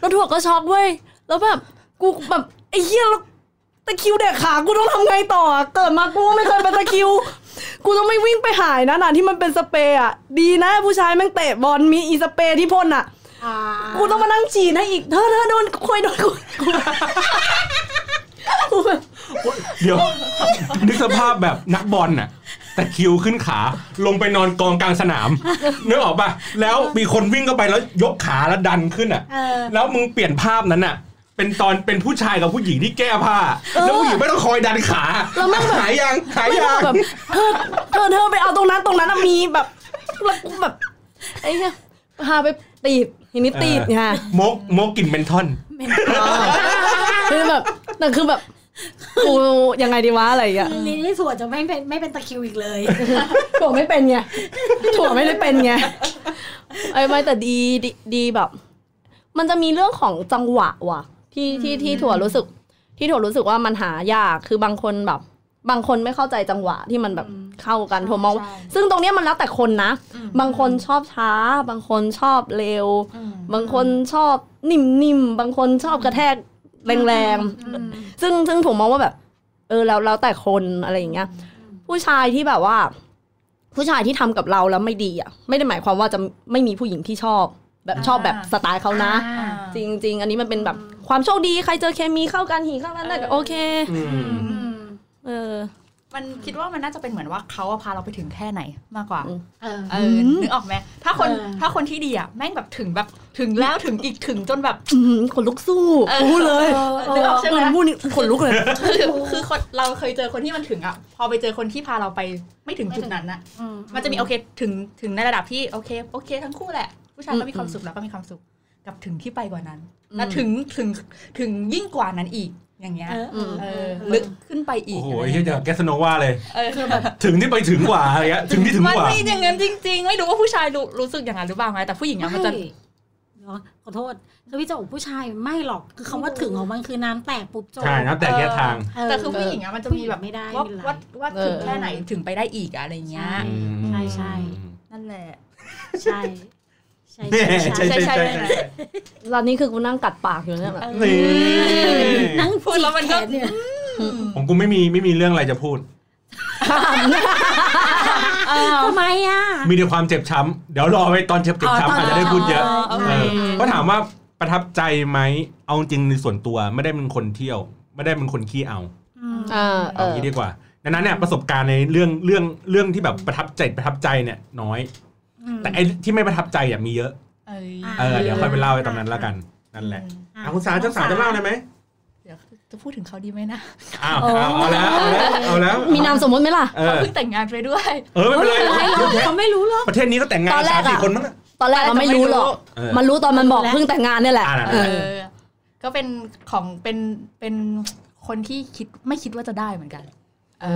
แล้วถั่วก็ช็อกเว้ยแล้วแบบกูแบบไอ้เฮียแล้วตะคริวแดกขากูต้องทำไงต่ออะเกิดมากูไม่เคยเป็นตะคริว กูต้องไม่วิ่งไปหายนะน่ะที่มันเป็นสเปรย์อ่ะดีนะผู้ชายแม่งเตะบอลมีอีสเปรย์ที่พ่นอ่ะ อ่า กูต้องมานั่งฉี่นะอีกเธอเธอโดนคุยโดนคุยกูแบบ เดี๋ยว นึกสภาพแบบนักบอลน่ะแต่คริวขึ้นขาลงไปนอนกองกลางสนามนึกออกปะแล้วมีคนวิ่งเข้าไปแล้วยกขาแล้วดันขึ้นอ่ะ เออ แล้วมึงเปลี่ยนภาพนั้นน่ะ เป็นตอนเป็นผู้ชายกับผู้หญิงที่แก้ผ้า แล้วผู้หญิงไม่ต้องคอยดันขา แล้วมันแบบ หายยังหาย ไม่ ยั ได้ ง แบบเธอเธอเธอไปเอาตรงนั้นตรงนั้นอะมีแบบแล้วกูแบบไอ้เนี่ยพาไปตีดทีนี้ตีดไง มกมกกลินเมนทอน คือแบบแต่คือแบบกูยังไงดีวะอะไรอย่างเงี้ย ลิลลี่ถั่วจะไม่เป็นไม่เป็นตะคริวอีกเลย ถั่วไม่เป็นไงถั่วไม่ได้เป็นไงไอ้ไม่แต่ดีดีดีแบบ มันจะมีเรื่องของจังหวะว่ะ ที่ที่ที่ถั่วรู้สึก ที่ถั่วรู้สึกว่ามันหายากคือบางคนแบบ บางคนไม่เข้าใจจังหวะที่มันแบบเข้ากันถั่วมองว่า ใช่ ซึ่งตรงเนี้ยมันแล้วแต่คนนะ อืม บางคนชอบช้า บางคนชอบเร็ว อืม บางคนชอบนิ่มๆ บางคนชอบกระแทกแรงๆ ซึ่งซึ่งผมมองว่าแบบ เออแล้วแล้วแต่คนอะไรอย่างเงี้ย ผู้ชายที่แบบว่า ผู้ชายที่ทำกับเราแล้วไม่ดีอ่ะ ไม่ได้หมายความว่าจะไม่มีผู้หญิงที่ชอบ แบบชอบ อ่า แบบสไตล์เขานะ อ่า จริง ๆ อันนี้มันเป็นแบบความโชคดีใครเจอเคมีเข้ากันหีเข้ากันได้ก็ เออ โอเค อืม เออ มันคิดว่ามันน่าจะเป็นเหมือนว่าเขาอะพาเราไปถึงแค่ไหนมากกว่า อืม เออ เออ ม นึกออกไหมถ้าคน เออ ถ้าคนที่ดีอ่ะแม่งแบบถึงแบบถึงแล้วถึงอีกถึงจนแบบ อืมขนลุกสู้ เออ รู้เลย เออเอ นึก อ ออกใช่ไหม เออพูดนี่ขนลุกเลย คือคือคนเราเคยเจอคนที่มันถึงอ่ะ พอไปเจอคนที่พาเราไปไม่ถึงจุดนั้นน่ะ อื มันจะมีโอเคถึงถึงในระดับที่โอเคโอเค ทั้งคู่แหละ ผู้ชายก็มีความสุขแล้วก็มีความสุขกับถึงที่ไปกว่านั้น แล้วถึงถึงถึงยิ่งกว่านั้นอีกอย่างเงี้ย เออเออ เอ เอ อ อ ลึกขึ้นไปอี โอ้ ก โห อะไร เฮียจะแกสโนว่าเลย เออ ถึงที่ไปถึงกว่าอะไรเงี้ยถึงที่ถึง มัน กว่า ไม่อย่างนั้นจริง ๆ ไม่รู้ว่าผู้ชายรู้รู้สึกอย่างนั้นหรือเปล่าไงแต่ผู้หญิงอะมันจะ ไม่เนาะขอโทษคือพี่จะบอกผู้ชายไม่หรอกคือคำว่าถึงของมันคือน้ำแตกปุ๊บจบ ใช่นะแต่แยกทาง เ แต่คือผู้หญิงอะมันจะมีแบบ ไม่ได้ ว่า ไม่เป็นไร ว่าว่า เออ ถึงแค่ไหนถึงไปได้อีกอะอะไรเงี้ย ใช่ใช่ นั่นแหละ ใช่ใช่ แน่ ใช่ ใช่ ใช่ ใช่ใช่ ใช่ ใช่ ตอนนี้คือกูนั่งกัดปากอยู่เนี่ยแบบ นี่ นั่ง พูดแล้วมันก็ จีบขเนี่ย ผมกูไม่มีไม่มีเรื่องอะไรจะพูด ทำไมอ่ะ มีแต่ความเจ็บช้ำเดี๋ยวรอไปตอนเจ็บเจ็บช้ำอาจจะได้พูดเยอะ โอ เอ เค อก็ถามว่าประทับใจไหม เอาจริงในส่วนตัวไม่ได้เป็นคนเที่ยว ไม่ได้เป็นคนขี้เอา อ่าเอ เอา อ งี้ดีกว่าดังนั้นเนี่ยประสบการณ์ในเรื่องเรื่องเรื่องที่แบบประทับใจประทับใจเนี่ยน้อย แต่ไอ้ที่ไม่ประทับใจอ่ะมีเยอะ เอ้ย เออเดี๋ยวค่อยไปเล่าไอ้ตอนนั้นแล้วกันนั่นแหละอ่ะคุณสาเจ้าสาวจะเล่าเลยไหม เดี๋ยวจะพูดถึงเขาดีไหมนะ อ้าวเอาเอาแล้วเอาแล้วเอาแล้ว มีนามสมมติไหมล่ะ เอ เขา อ เพิ่งแต่งงานไปด้วย เออไม่เป็นไร เขาไม่รู้หรอก ประเทศนี้ก็แต่งงาน ตอนแร สาก ม อะ สี่คนมั้งอะ ตอนแรกเราไม่รู้หรอก เออ มันรู้ตอนมันบอกเพิ่งแต่งงานเนี่ยแหละ อ่านั่น เอ แหละ อ เออ ก็เป็นของเป็นเป็นคนที่คิดไม่คิดว่าจะได้เหมือนกัน เอ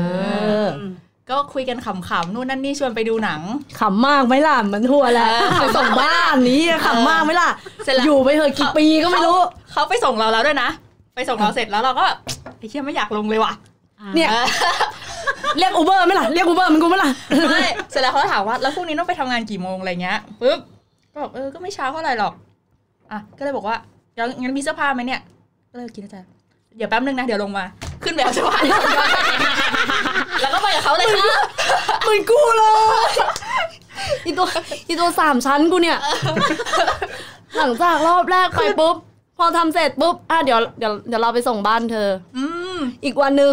อ ก็คุยกันขำๆนู่นนั่นนี่ชวนไปดูหนัง ขำมากไหมล่ะมันทั่วแล้วไปส่งบ้านนี้ขำมากไหมล่ะ เสร็จแล้ว อยู่ไปเหอะกี่ปีก็ไม่รู้ เขาไปส่งเราแล้วด้วยนะ ไปส่งเราเสร็จแล้วเราก็ไอ้เชี่ยไม่อยากลงเลยว่ะ เนี่ย เออ เรียกอูเบอร์ไหมล่ะ เรียกอูเบอร์มันกูไหมล่ะ ไม่เสร็จแล้วเขาก็ถามว่าแล้วพรุ่งนี้ต้องไปทำงานกี่โมงอะไรเงี้ยปุ๊บก็บอกเออก็ไม่เช้าเท่าไหร่หรอกอ่ะก็เลยบอกว่าเดี๋ยวงั้นมีเสื้อผ้าไหมเนี่ยก็เลยคิดในใจเดี๋ยวแป๊บนึงนะเดี๋ยวลงมา ขึ้นแบบเสื้อผ้ าแล้วก็ไปกับเขาเลยค่ะ เหมือนกูเลยอีตัวอีตัวสามชั้นกูเนี่ย หลังจากรอบแรกไปปุ๊บ พอทำเสร็จปุ๊บอ่ะเดี๋ยวเดี๋ยวเดี๋ยวเราไปส่งบ้านเธอ อืม อีกวันหนึ่ง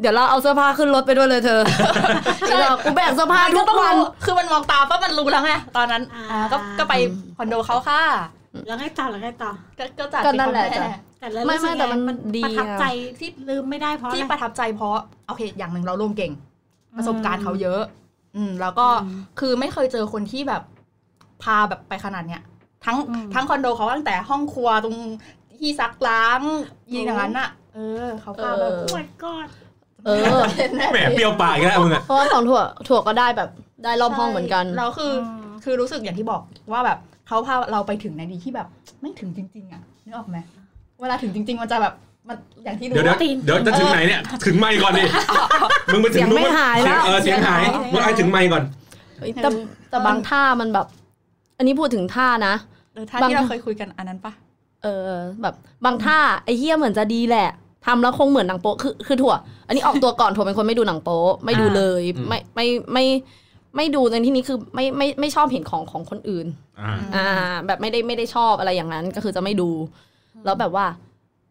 เดี๋ยวเราเอาเสื้อผ้าขึ้นรถไปด้วยเลยเธอเดี๋ยวเรากูแบกเสื้อผ้าทุกวัน คือมันมองตาปั๊บมันรู้แล้วไงตอนนั้น อ่า อ่าก็ก็ไปคอนโดเขาค่ะ แล้วไงต่อแล้วไงต่อ ก็ก็จัด ก็นั่นแหละ ที่เขา จ้ะ ให้ แต่แล้ว ไม่ไม่แต่มันดี ประทับ อะ ใจที่ลืมไม่ได้เพราะอะ ที่ ไร ประทับใจเพราะโอเคอย่างหนึ่งเราร่วมเก่ง ประสบการณ์เขาเยอะ อืม แล้วก็ อืม คือไม่เคยเจอคนที่แบบ พาแบบไปขนาดเนี้ย ทั้ง อืม ทั้งคอนโดเขาตั้งแต่ห้องครัวตรงที่ซักล้างยีอย่างนั้นอะเอ อ เขา ตา พา แบ แบบ บ โอ้ my god เออ แหมเปรี้ยวปากอีกแล้วมึงอะ เพราะว่าของถั่วถั่วก็ได้แบบได้รอบห้องเหมือนกัน เราคืออ ม คือรู้สึกอย่างที่บอกว่าแบบเขาพาเราไปถึงในดีที่แบบไม่ถึงจริง ๆ อ่ะนึกออกไหมเวลาถึงจริง ๆ มันจะแบบมันอย่างที่รู้ เดี๋ยวเดี๋ยว อะ เดี๋ยวจะถึงไหนเนี่ย ถึงไมค์ก่อนดิ มึงไปถึง เสียงไม่ นู้น หายแล้ว เออเสียงหาย เสียงหาย มึงไอถึงไมค์ก่อน แต่ เออ แต่บางท่ามันแบบ อันนี้พูดถึงท่านะ เออท่า บาง ที่เราเคยคุยกันอันนั้นปะ เออแบบ บางท่าไอ้เหี้ยเหมือนจะดีแหละทำแล้วคงเหมือนหนังโป๊คือคือถั่ว อันนี้ออกตัวก่อน ถั่วเป็นคนไม่ดูหนังโป๊ไม่ดูเลย อืม ไม่ไม่ไม่ไม่ดูในที่นี้คือไม่ไม่ไม่ชอบเห็นของของคนอื่น อ่า อ่า แบบไม่ได้ไม่ได้ชอบอะไรอย่างนั้นก็คือจะไม่ดู แล้วแบบว่า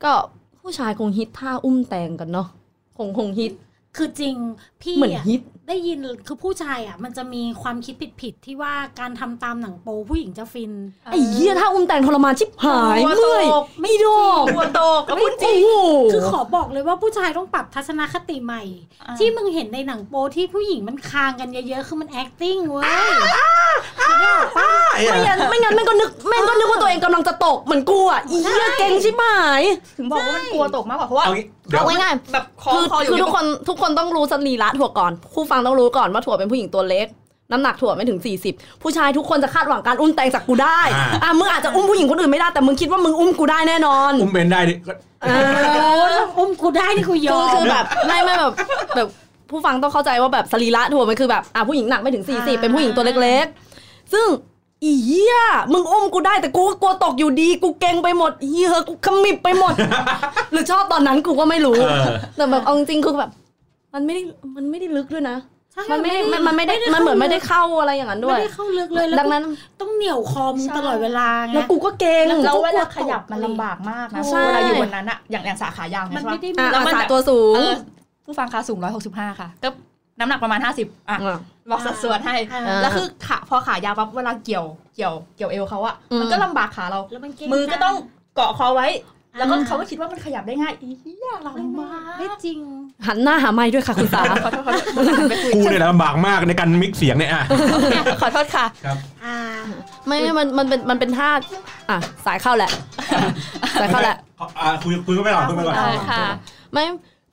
ก็ผู้ชายคงฮิตท่าอุ้มแตงกันเนาะคงคงฮิต คือจริงพี่ เหมือน อะ ฮิต ได้ยินคือผู้ชายอ่ะ มันจะมีความคิดผิดๆที่ว่าการทำตามหนังโปผู้หญิงจะฟิน ไอ้เหี้ยท่าอุ้มแตงทรมานชิบหาย หัวโต เมื่อย ก ไม่โดก หัวโตกแล้วพูดจริง โอ้โห คือขอบอกเลยว่าผู้ชายต้องปรับทัศนคติใหม่ อ่า ที่มึงเห็นในหนังโปที่ผู้หญิงมันคางกันเยอะๆ คือมัน acting เว้ยคือได้หรอปะ ไม่งั้นไม่งั้นแม่งก็นึกแม่งก็นึกว่าตัวเองกำลังจะตกเหมือนกูอ่ะอีเหี้ยเก่งชิบหาย ถึงบอกว่ามันกลัวตกมากกว่าเพราะว่า เอางี้เดี๋ยว เอาง่าย แบบคอ คือ คออยู่ คือ ใน ทุกคนทุกคนต้องรู้สรีระถั่วก่อนผู้ฟังต้องรู้ก่อนว่าถั่วเป็นผู้หญิงตัวเล็ก น้ำหนักถั่วไม่ถึง 40 ผู้ชายทุกคนจะคาดหวังการอุ้มแตงจากกูได้ อ่า อ่ะมึงอาจจะอุ้มผู้หญิงคนอื่นไม่ได้แต่มึงคิดว่ามึงอุ้มกูได้แน่นอน อุ้มเบนได้ดิ อ่า เอออุ้มกูได้นี่กูย คืออ ม คือแบบไม่ไม่แบบแบบผู้ฟังต้องเข้าใจว่าแบบสรีระถั่วมันคือแบบอ่ะผู้หญิงหนักไม่ถึง 40 เป็นผู้หญิงตัวเล็กๆ ซึ่งอีเหี้ยมึงอุ้มกูได้แต่กูก็กลัวตกอยู่ดี กูเก่งไปหมดเหี้ยกูขมิบไปหมด หรือชอบตอนนั้นกูก็ไม่รู้ เออ แต่แบบเอาจริงๆคือแบบ มันไม่ได้มันไม่ได้ลึกด้วยนะ ใช่ มันไม่ได้มันไม่ได้ ไม่ได้ มันเหมือนไม่ได้เข้าอะไรอย่างนั้นด้ว ไม่ ย ได้เข้าลึกเลยแล้ว ดังนั้น ต้องเหนี่ยวคอมึงตลอดเวลาไง แล้วกูก็เก่ง แล้วเวลาขยับมันลำบากมากนะ ใช่ เวลาอยู่บนนั้นอะอย่างอย่างสาขายาง มัน ใช่ ไม่ ปะ ได้มี อ่ะ แล้วมัน อาสา แบบ ตัวสูง เออผู้ฟังคะสูง 165 ค่ะ ก็น้ำหนักประมาณ 50อ่ะ อ่ะ บอกสัดส่วนให้ อ่า อ่า แล้วคือขาพอขายาวปั๊บเวลาเกี่ยวเกี่ยวเกี่ยวเอวเขาอะ อืม มันก็ลำบากขาเรา แล้วมันเง มือก็ต้องเกาะคอไว้ แล้วก็ อ่ เขาก็คิดว่ามันขยับได้ง่ายอีเหี้ย ไม่ ลำ ไม่ บาก ไม่จริง หันหน้าหาไม้ด้วยค่ะคุณสา ขอโทษขอโทษมึงหันไปคุย กูเนี่ยแหละลำบากมากในการมิกเสียงเนี่ยอ่ะ ขอโทษค่ะ อ่า ไม่ไม่มันมันเป็นมันเป็นท่าอ่ะสายเข้าแหละ สายเข้าแหละ อ่ะคุยคุยกันไปก่อนคุยกันไปก่อน ได้ ค่ะ ไม่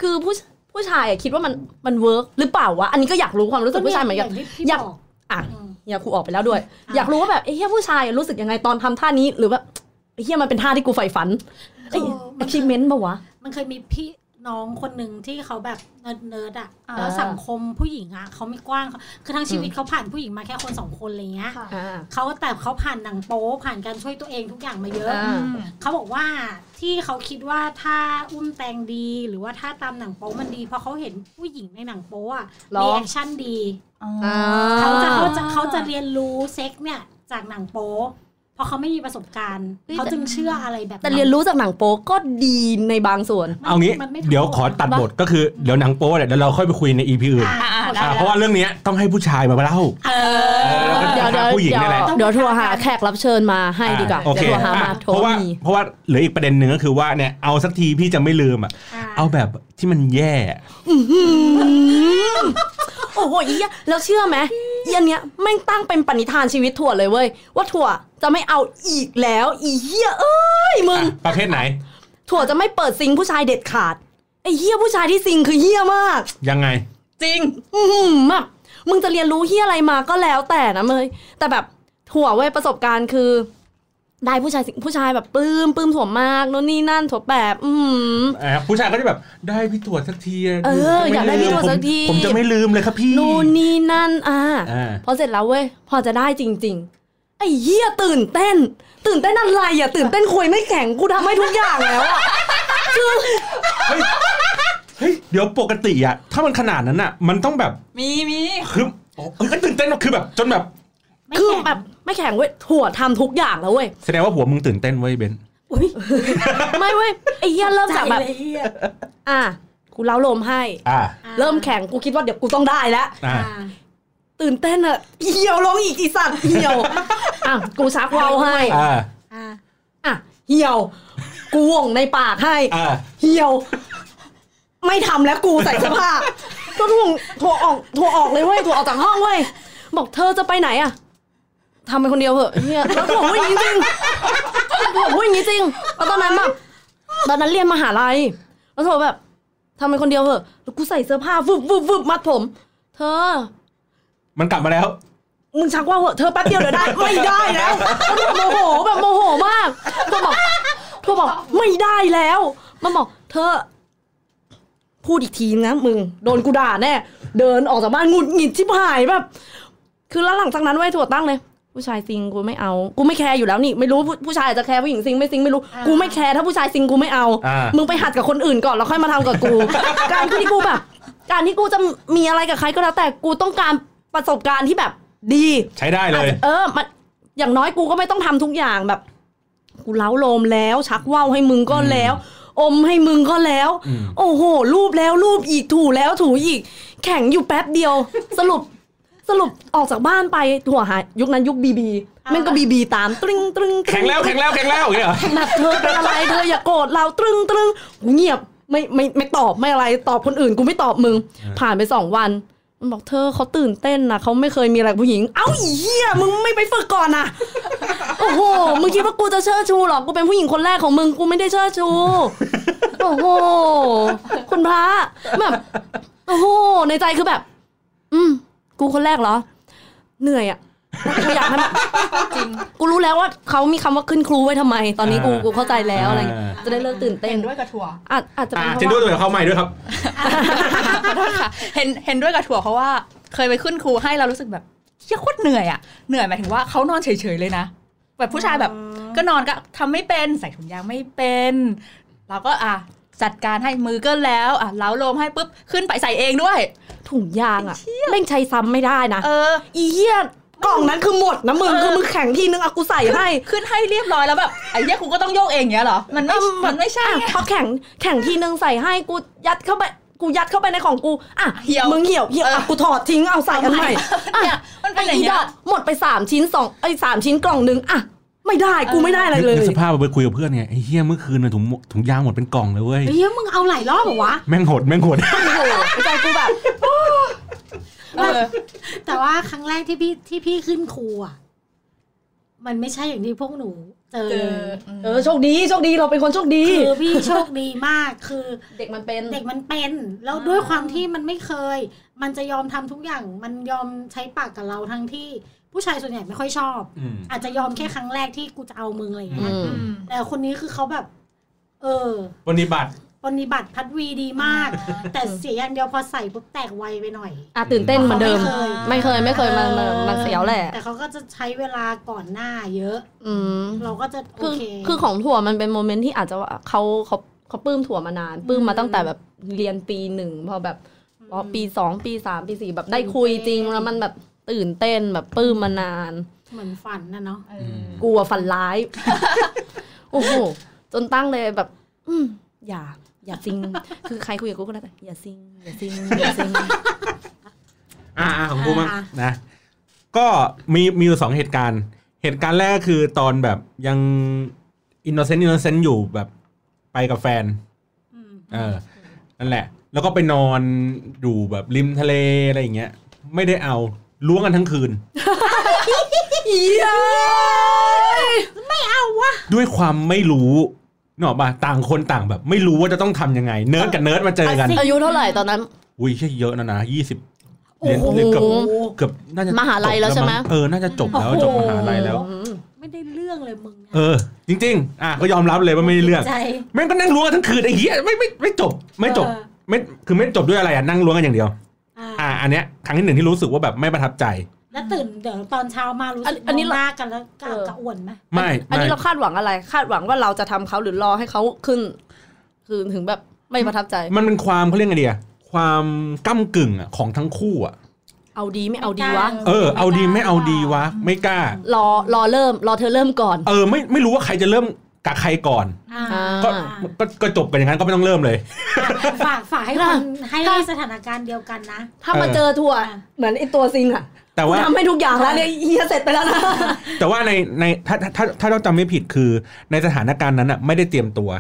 คือผู้ชผู้ชายอะคิดว่ามันมันเวิร์กหรือเปล่าวะ อันนี้ก็อยากรู้ความรู้สึกผู้ชายเหมือนกัน ที่พี่ อยาก บก อ่ะ อืม อย่าครูออกไปแล้วด้วย อ่ะ อยากรู้ว่าแบบไอ้เฮียผู้ชายอะรู้สึกยังไงตอนทำท่านี้หรือแบบไอ้เฮียมันเป็นท่าที่กูใฝ่ฝันไอ้ มั มัน น เค ชี ย เมนต์ปะวะ มันเคยมีพี่น้องคนหนึ่งที่เขาแบบเนิร์ดๆอ่ะ อ่า แล้วสังคมผู้หญิงอ่ะเขาไม่กว้างเขาคือทั้งชีวิตเขาผ่านผู้หญิงมาแค่คนสองคนอะไรเงี้ย ค่ะ อ่า เขาแต่เขาผ่านหนังโป๊ผ่านการช่วยตัวเองทุกอย่างมาเยอะ อ่า ม เขาบอกว่าที่เขาคิดว่าถ้าอุ้มแตงดี หรือว่าถ้าตามหนังโป๊มันดี เพราะเขาเห็นผู้หญิงในหนังโป๊อ่ะ หรอ มีแอคชั่นดี อ่า เขาจะเขาจะเขาจะเรียนรู้เซ็กเนี่ยจากหนังโป๊เพราะเขาไม่มีประสบการณ์ เขาจึงเชื่ออะไรแบบ แต่เรียนรู้จากหนังโป๊ก็ดีในบางส่วน มัน เอางี้ มันไม่ เดี๋ยวขอตัดบทก็คือเดี๋ยวหนังโป๊เนี่ยเดี๋ยวเราค่อยไปคุยในอีพีอื่น อ่ะ อ่ะได้ อ่ะเพราะว่าเรื่องเนี้ยต้องให้ผู้ชายมาเล่า เออ เดี๋ยวเดี๋ยว ผู้หญิง เดี๋นี่ยว แหละ เดี๋ยวโทัวหาแขกรับเชิญมาให้ดีกว่า อ่ะโอเค เดี๋ยวโทัวหามา อ่ะ โทร เพราะว่า มี เพราะว่าเหลืออีกประเด็นหนึ่งก็คือว่าเนี่ยเอาสักทีพี่จะไม่ลืมอ่ะ อ่า เอาแบบที่มันแย่ โอ้โหอีอะแล้วเชื่อไหมอีอันเนี้ยแม่งตั้งเป็นปณิธานชีวิตถั่วเลยเว้ย ว่าถั่วจะไม่เอาอีกแล้ว อีเหี้ยเอ้ยมึง อ่ะประเภทไหน ถั่วจะไม่เปิดซิงผู้ชายเด็ดขาดไอ้เหี้ยผู้ชายที่ซิงคือเหี้ยมาก ยังไง จริง อืมแบบมึงจะเรียนรู้เฮียอะไรมาก็แล้วแต่นะเมยแต่แบบถั่วเว้ยประสบการณ์คือ ได้ผู้ชายสิผู้ชายแบบปลื้มปลื้มถั่วมากนู่นนี่นั่นถั่วแบบ อืม อ่ะผู้ชายก็จะแบบได้พี่ตรวจสักทีะ เออ ผมจะม่ อยากได้พี่ตรวจสักที ผมผมจะไม่ลืมเลยครับพี่ นู่นนี่นั่นอ่ะ อ่า พอเสร็จแล้วเว้ยพอจะได้จริง ๆ ไอ้เหี้ยตื่นเต้น ตื่นเต้นอะไรอ่ะตื่นเต้นคุยไม่แข็งกูทำให้ทุกอย่างแล้วอ่ะคือ เฮ้ยเฮ้ยเดี๋ยวปกติอ่ะถ้ามันขนาดนั้นอ่ะ มันต้องแบบ มีมี คือโอ้เออก็ตื่นเต้นคือแบบจนแบบ ไม่ คือ แข็ง แบบไม่แข็งเว้ยถั่วทำทุกอย่างแล้วเว้ย แสดงว่าหัวมึงตื่นเต้นไว้ยเบน อุ้ย ไม่เว้ยไอ้เหี้ยเริ่ม ใจ จากแบบ เลยเหี้ย อ่ะกูเล้าลมให้ อ่า เริ่มแข็งกูคิดว่าเดี๋ยวกูต้องได้แล้ว อ่า อ่า ตื่นเต้นอะเหี่ยวลงอีกอีสัตว์เหี่ยว อ่ะกูชักเวาวให้ อ่า อ่า อ่ะเหี่ยว กูวงในปากให้ อ่า เหี่ยว ไม่ทำแล้วกูใส่เสื้อผ้าก็ถ่วงถั่วออกถั่วออกเลยเว้ยถั่วออกจากห้องเว้ยบอกเธอจะไปไหนอะทำไปคนเดียวเหอะเฮียแล้วถั่วพูดอย่างนี้จริงถั่วพูดอย่างนี้จริงแล้วตอนนั้นแบบตอนนั้นเรียนมหาลัย แล้วเธอแบบทำเป็นคนเดียวเหอะแล้วกูใส่เสื้อผ้าวึบวึบวึบมัดผม เธอ มันกลับมาแล้ว มึงชักว่าวเหอะเธอแป๊บเดียวเดี๋ยวได้ ไม่ได้แล้วแล้วเธอโมโหแบบโมโหมากเธอบอกเธอบอกไม่ได้แล้ว มันบอก เธอ พูดอีกทีนะมึงโดนกูด่าแน่เดินออกจากบ้านหงุดหงิดชิบหายแบบ คือแล้วหลังจากนั้นไว้ยถั่วตั้งเลย ผู้ชายซิงกูไม่เอากูไม่แคร์อยู่แล้วนี่ไม่รู้ผู้ผู้ชายอาจจะแคร์ผู้หญิงซิงไม่ซิงไม่รู้ อ่ากู กูไม่แคร์ถ้าผู้ชายซิงกูไม่เอา อ่ามึ มึงไปหัดกับคนอื่นก่อนแล้วค่อยมาทำกับ กู การที่กูแบบ การที่กูจะมีอะไรกับใครก็แล้วแต่กูต้องการประสบการณ์ที่แบบดี ใช้ได้เลย อาจจะเออมันอย่างน้อยกูก็ไม่ต้องทำทุกอย่างแบบ กูเล้าโลมแล้ว ชักว่าวให้มึงก็แล้ว อมให้มึงก็แล้ว อืม โอ้โห รูปแล้วรูปอีกถูแล้วถูอีก แข่งอยู่แป๊บเดียว สรุปสรุปออกจากบ้านไปถั่วหายยุคนั้นยุคบีบีแม่งก็บีบีตามตรึงตรึงตรึ แข็งแล้วแข็งแล้วแข็งแล้วอย่างเงี้ยเหรอ หนักเธอเป็นอะไรเธออย่าโกรธเราตรึงตรึงเงียบไม่ไม่ไม่ตอบไม่อะไรตอบคนอื่นกูไม่ตอบมึง อ่า ผ่านไปสองวัน มันบอกเธอเขาตื่นเต้นนะเขาไม่เคยมีอะไรกับผู้หญิง เอ้าอีเหี้ยมึงไม่ไปฝึกก่อนนะโอ้โหมึงคิดว่ากูจะเชิดชูเหรอกูเป็นผู้หญิงคนแรกของมึงกูไม่ได้เชิดชูโอ้โหคุณพระแบบโอ้โหในใจคือแบบ อืมกูคนแรกเหรอ เหนื่อยอะกูอยากให้มัน จริง กูรู้แล้วว่าเขามีคำว่าขึ้นครูไว้ทำไม ตอนนี้กู อ่า กูเข้าใจแล้วอะไรเงี้ย อ่า จะได้เลิกตื่นเต้ เห็ น นด้วยกับถั่ว อาจอาจจะเป็ อ่าน เพ เจน ราะ ด้วยตัว่าวเขาใหม่ด้วยครับ ขอโทษค่ะเห็นเห็นด้วยกับถั่วเพราะว่าเคยไปขึ้นครูให้เรารู้สึกแบบเชี่ยโคตรเหนื่อยอ่ะเหนื่อยหมายถึงว่าเขานอนเฉยๆเลยนะ แบบผู้ชายแบบ ก็นอนก็ทำไม่เป็นใส่ถุงยางไม่เป็น เราก็อ่ะจัดการให้มือก็แล้วอ่ะเล้าโลมให้ปุ๊บขึ้นไปใส่เองด้วย ถุงยางอ่ะแม่งใช้ซ้ำไม่ได้นะ เออ อีเหี้ยกล่องนั้นคือหมดนะมึง เออ คือมึงแข่งทีนึงอะกูใส่ให้ ขึ้นให้เรียบร้อยแล้วแบบไอ้เนี้ยกูก็ต้องโยกเองอย่างเงี้ยเหรอมันไม่มันไม่ใช่ อ่ะ ไง พอแข่งแข่งทีนึงใส่ให้กูยัดเข้าไปกูยัดเข้าไปในของกูอ่ะ เหี่ยว มึงเหี่ยวเหี่ยว เออ อ่ะกูถอดทิ้งเอาใส่อันใหม่อ่ะ เนี่ยมันเป็นอ ไอ้ ย่างเงี้ ด ย อกหมดไปสามชิ้นสองไอ้สามชิ้นกล่องนึงอ่ะไม่ได้กูไม่ได้อะไรเลย นึกสภาพไปคุยกับเพื่อนไงไอ้เฮียเมื่อคืนน่ะถุงถุงยางหมดเป็นกล่องเลยเว้ย เฮ้ยมึงเอาหลายรอบเหรอวะ แม่งโหดแม่งโหด โอ้โหใจกู แบบ เออ แต่ว่าครั้งแรกที่พี่ที่พี่ขึ้นครูอ่ะ มันไม่ใช่อย่างที่พวกหนู เจอ เจอ เออโชคดีโชคดีเราเป็นคนโชคดี คือพี่โชคดีมากคือ เด็กมันเป็น เด็กมันเป็น แล้วด้วยความที่มันไม่เคย มันจะยอมทำทุกอย่าง มันยอมใช้ปากกับเราทั้งที่ผู้ชายส่วนใหญ่ไม่ค่อยชอบ อาจจะยอมแค่ครั้งแรกที่กูจะเอามึงอะไรอย่างเงี้ย อื อืม แต่คนนี้คือเขาแบบ เออ วันนี้บัตร ปฏิบัติพัดวีดีมาก แต่เสียอย่างเดียวพอใส่ปุ๊บแตกไวไปหน่อย อ่ะตื่นเต้นเหมือนเดิม เขา ไม่ ไม่ เค เค ย ยไม่เคยมันมัน ออ มันเสียวแหละ แต่เขาก็จะใช้เวลาก่อนหน้าเยอะ อืม เราก็จะโอ คือ เค คือของถั่วมันเป็นโมเมนต์ที่อาจจะว่าเขาเขาเขาปลื้มถั่วมานานปลื้มมาตั้งแต่แบบเรียนปีหนึ่งพอแบบพอปีสองปีสามปีสี่แบบได้คุยจริงแล้วมันแบบตื่นเต้นแบบปลื้มมานาน เหมือนฝันนะเนาะ เออ กลัวฝันร้าย โอ้โห จนตั้งเลยแบบ อืมอย่า อย่าซิง คือใครคุยกับกูก็แล้วแต่อย่าซิง อย่าซิง อย่า ซิง อ่าของกูมั้งนะ ก็มีมีอยู่สองเหตุการณ์ เหตุการณ์แรกคือตอนแบบยังอินโนเซนต์อินโนเซนต์อยู่แบบไปกับแฟน อืม เออ นั่นแหละ แล้วก็ไปนอนอยู่แบบริมทะเลอะไรอย่างเงี้ย ไม่ได้เอาล้วงกันทั้งคืน ด้วยความไม่รู้เนกอะป่ะต่างคนต่างแบบ ไม่รู้ว่าจะต้องทำยังไง เนิร์ดกับเนิร์ดมาเจอกัน อายุเท่าไหร่ตอนนั้น อุ้ยใช่เยอะนะนะยี่สิบ โอ้โห เรียนเกือบเกือบน่าจะ มหาลัยแล้วใช่ไหม จบมั้งเออน่าจะจบแล้วจบมหาลัยแล้ว อืม ไม่ได้เรื่องเลยมึงนะ เออ จริง ๆ อ่ะก็ยอมรับเลยว่าไม่ได้เรื่อง ใจ แม่งก็นั่งล้วงกันทั้งคืนไอ้เหี้ยไม่ไม่ไม่จบ ไม่จบ เออ ไม่คือไม่จบด้วยอะไรอ่ะนั่งล้วงกันอย่างเดียว อ่า อ่ะอันเนี้ยครั้งที่หนึ่งที่รู้สึกว่าแบบไม่ประทับใจ แล้วตื่นเดี๋ยวตอนเช้ามารู้สึก อันนี้ มง เรา หน้ากันแล้วกระ เออ กระอ่วนไหม ไม่ อัน ไม่ นี้เราคาดหวังอะไร คาดหวังว่าเราจะทำเขาหรือรอให้เขาขึ้น คือถึงแบบไม่ประทับใจ มันเป็นความเขาเรียกไงดีอะความก้ำกึ่งอะของทั้งคู่อะ เอาดีไม่เอาดีวะ เออเอาดีไม่เอาดีวะไม่กล้า รอรอเริ่ม รอเธอเริ่มก่อน เออไม่ไม่รู้ว่าใครจะเริ่มกับใครก่อน อ่า อ่า ก็ก็ก็จบกันอย่างนั้นก็ไม่ต้องเริ่มเลย ฝากฝากให้ค ค่ะ นให้ ค่ะ สถานการณ์เดียวกันนะ ถ้ามาเจอถั่ว เหมือนไอตัวซิงอะ แต่ว่า ทำให้ทุกอย่างแล้วเนี่ยเฮียเสร็จไปแล้วนะ แต่ว่าในในถ้าถ้าถ้าถ้าเราจำไม่ผิดคือ ในสถานการณ์นั้นอ่ะไม่ได้เตรียมตัว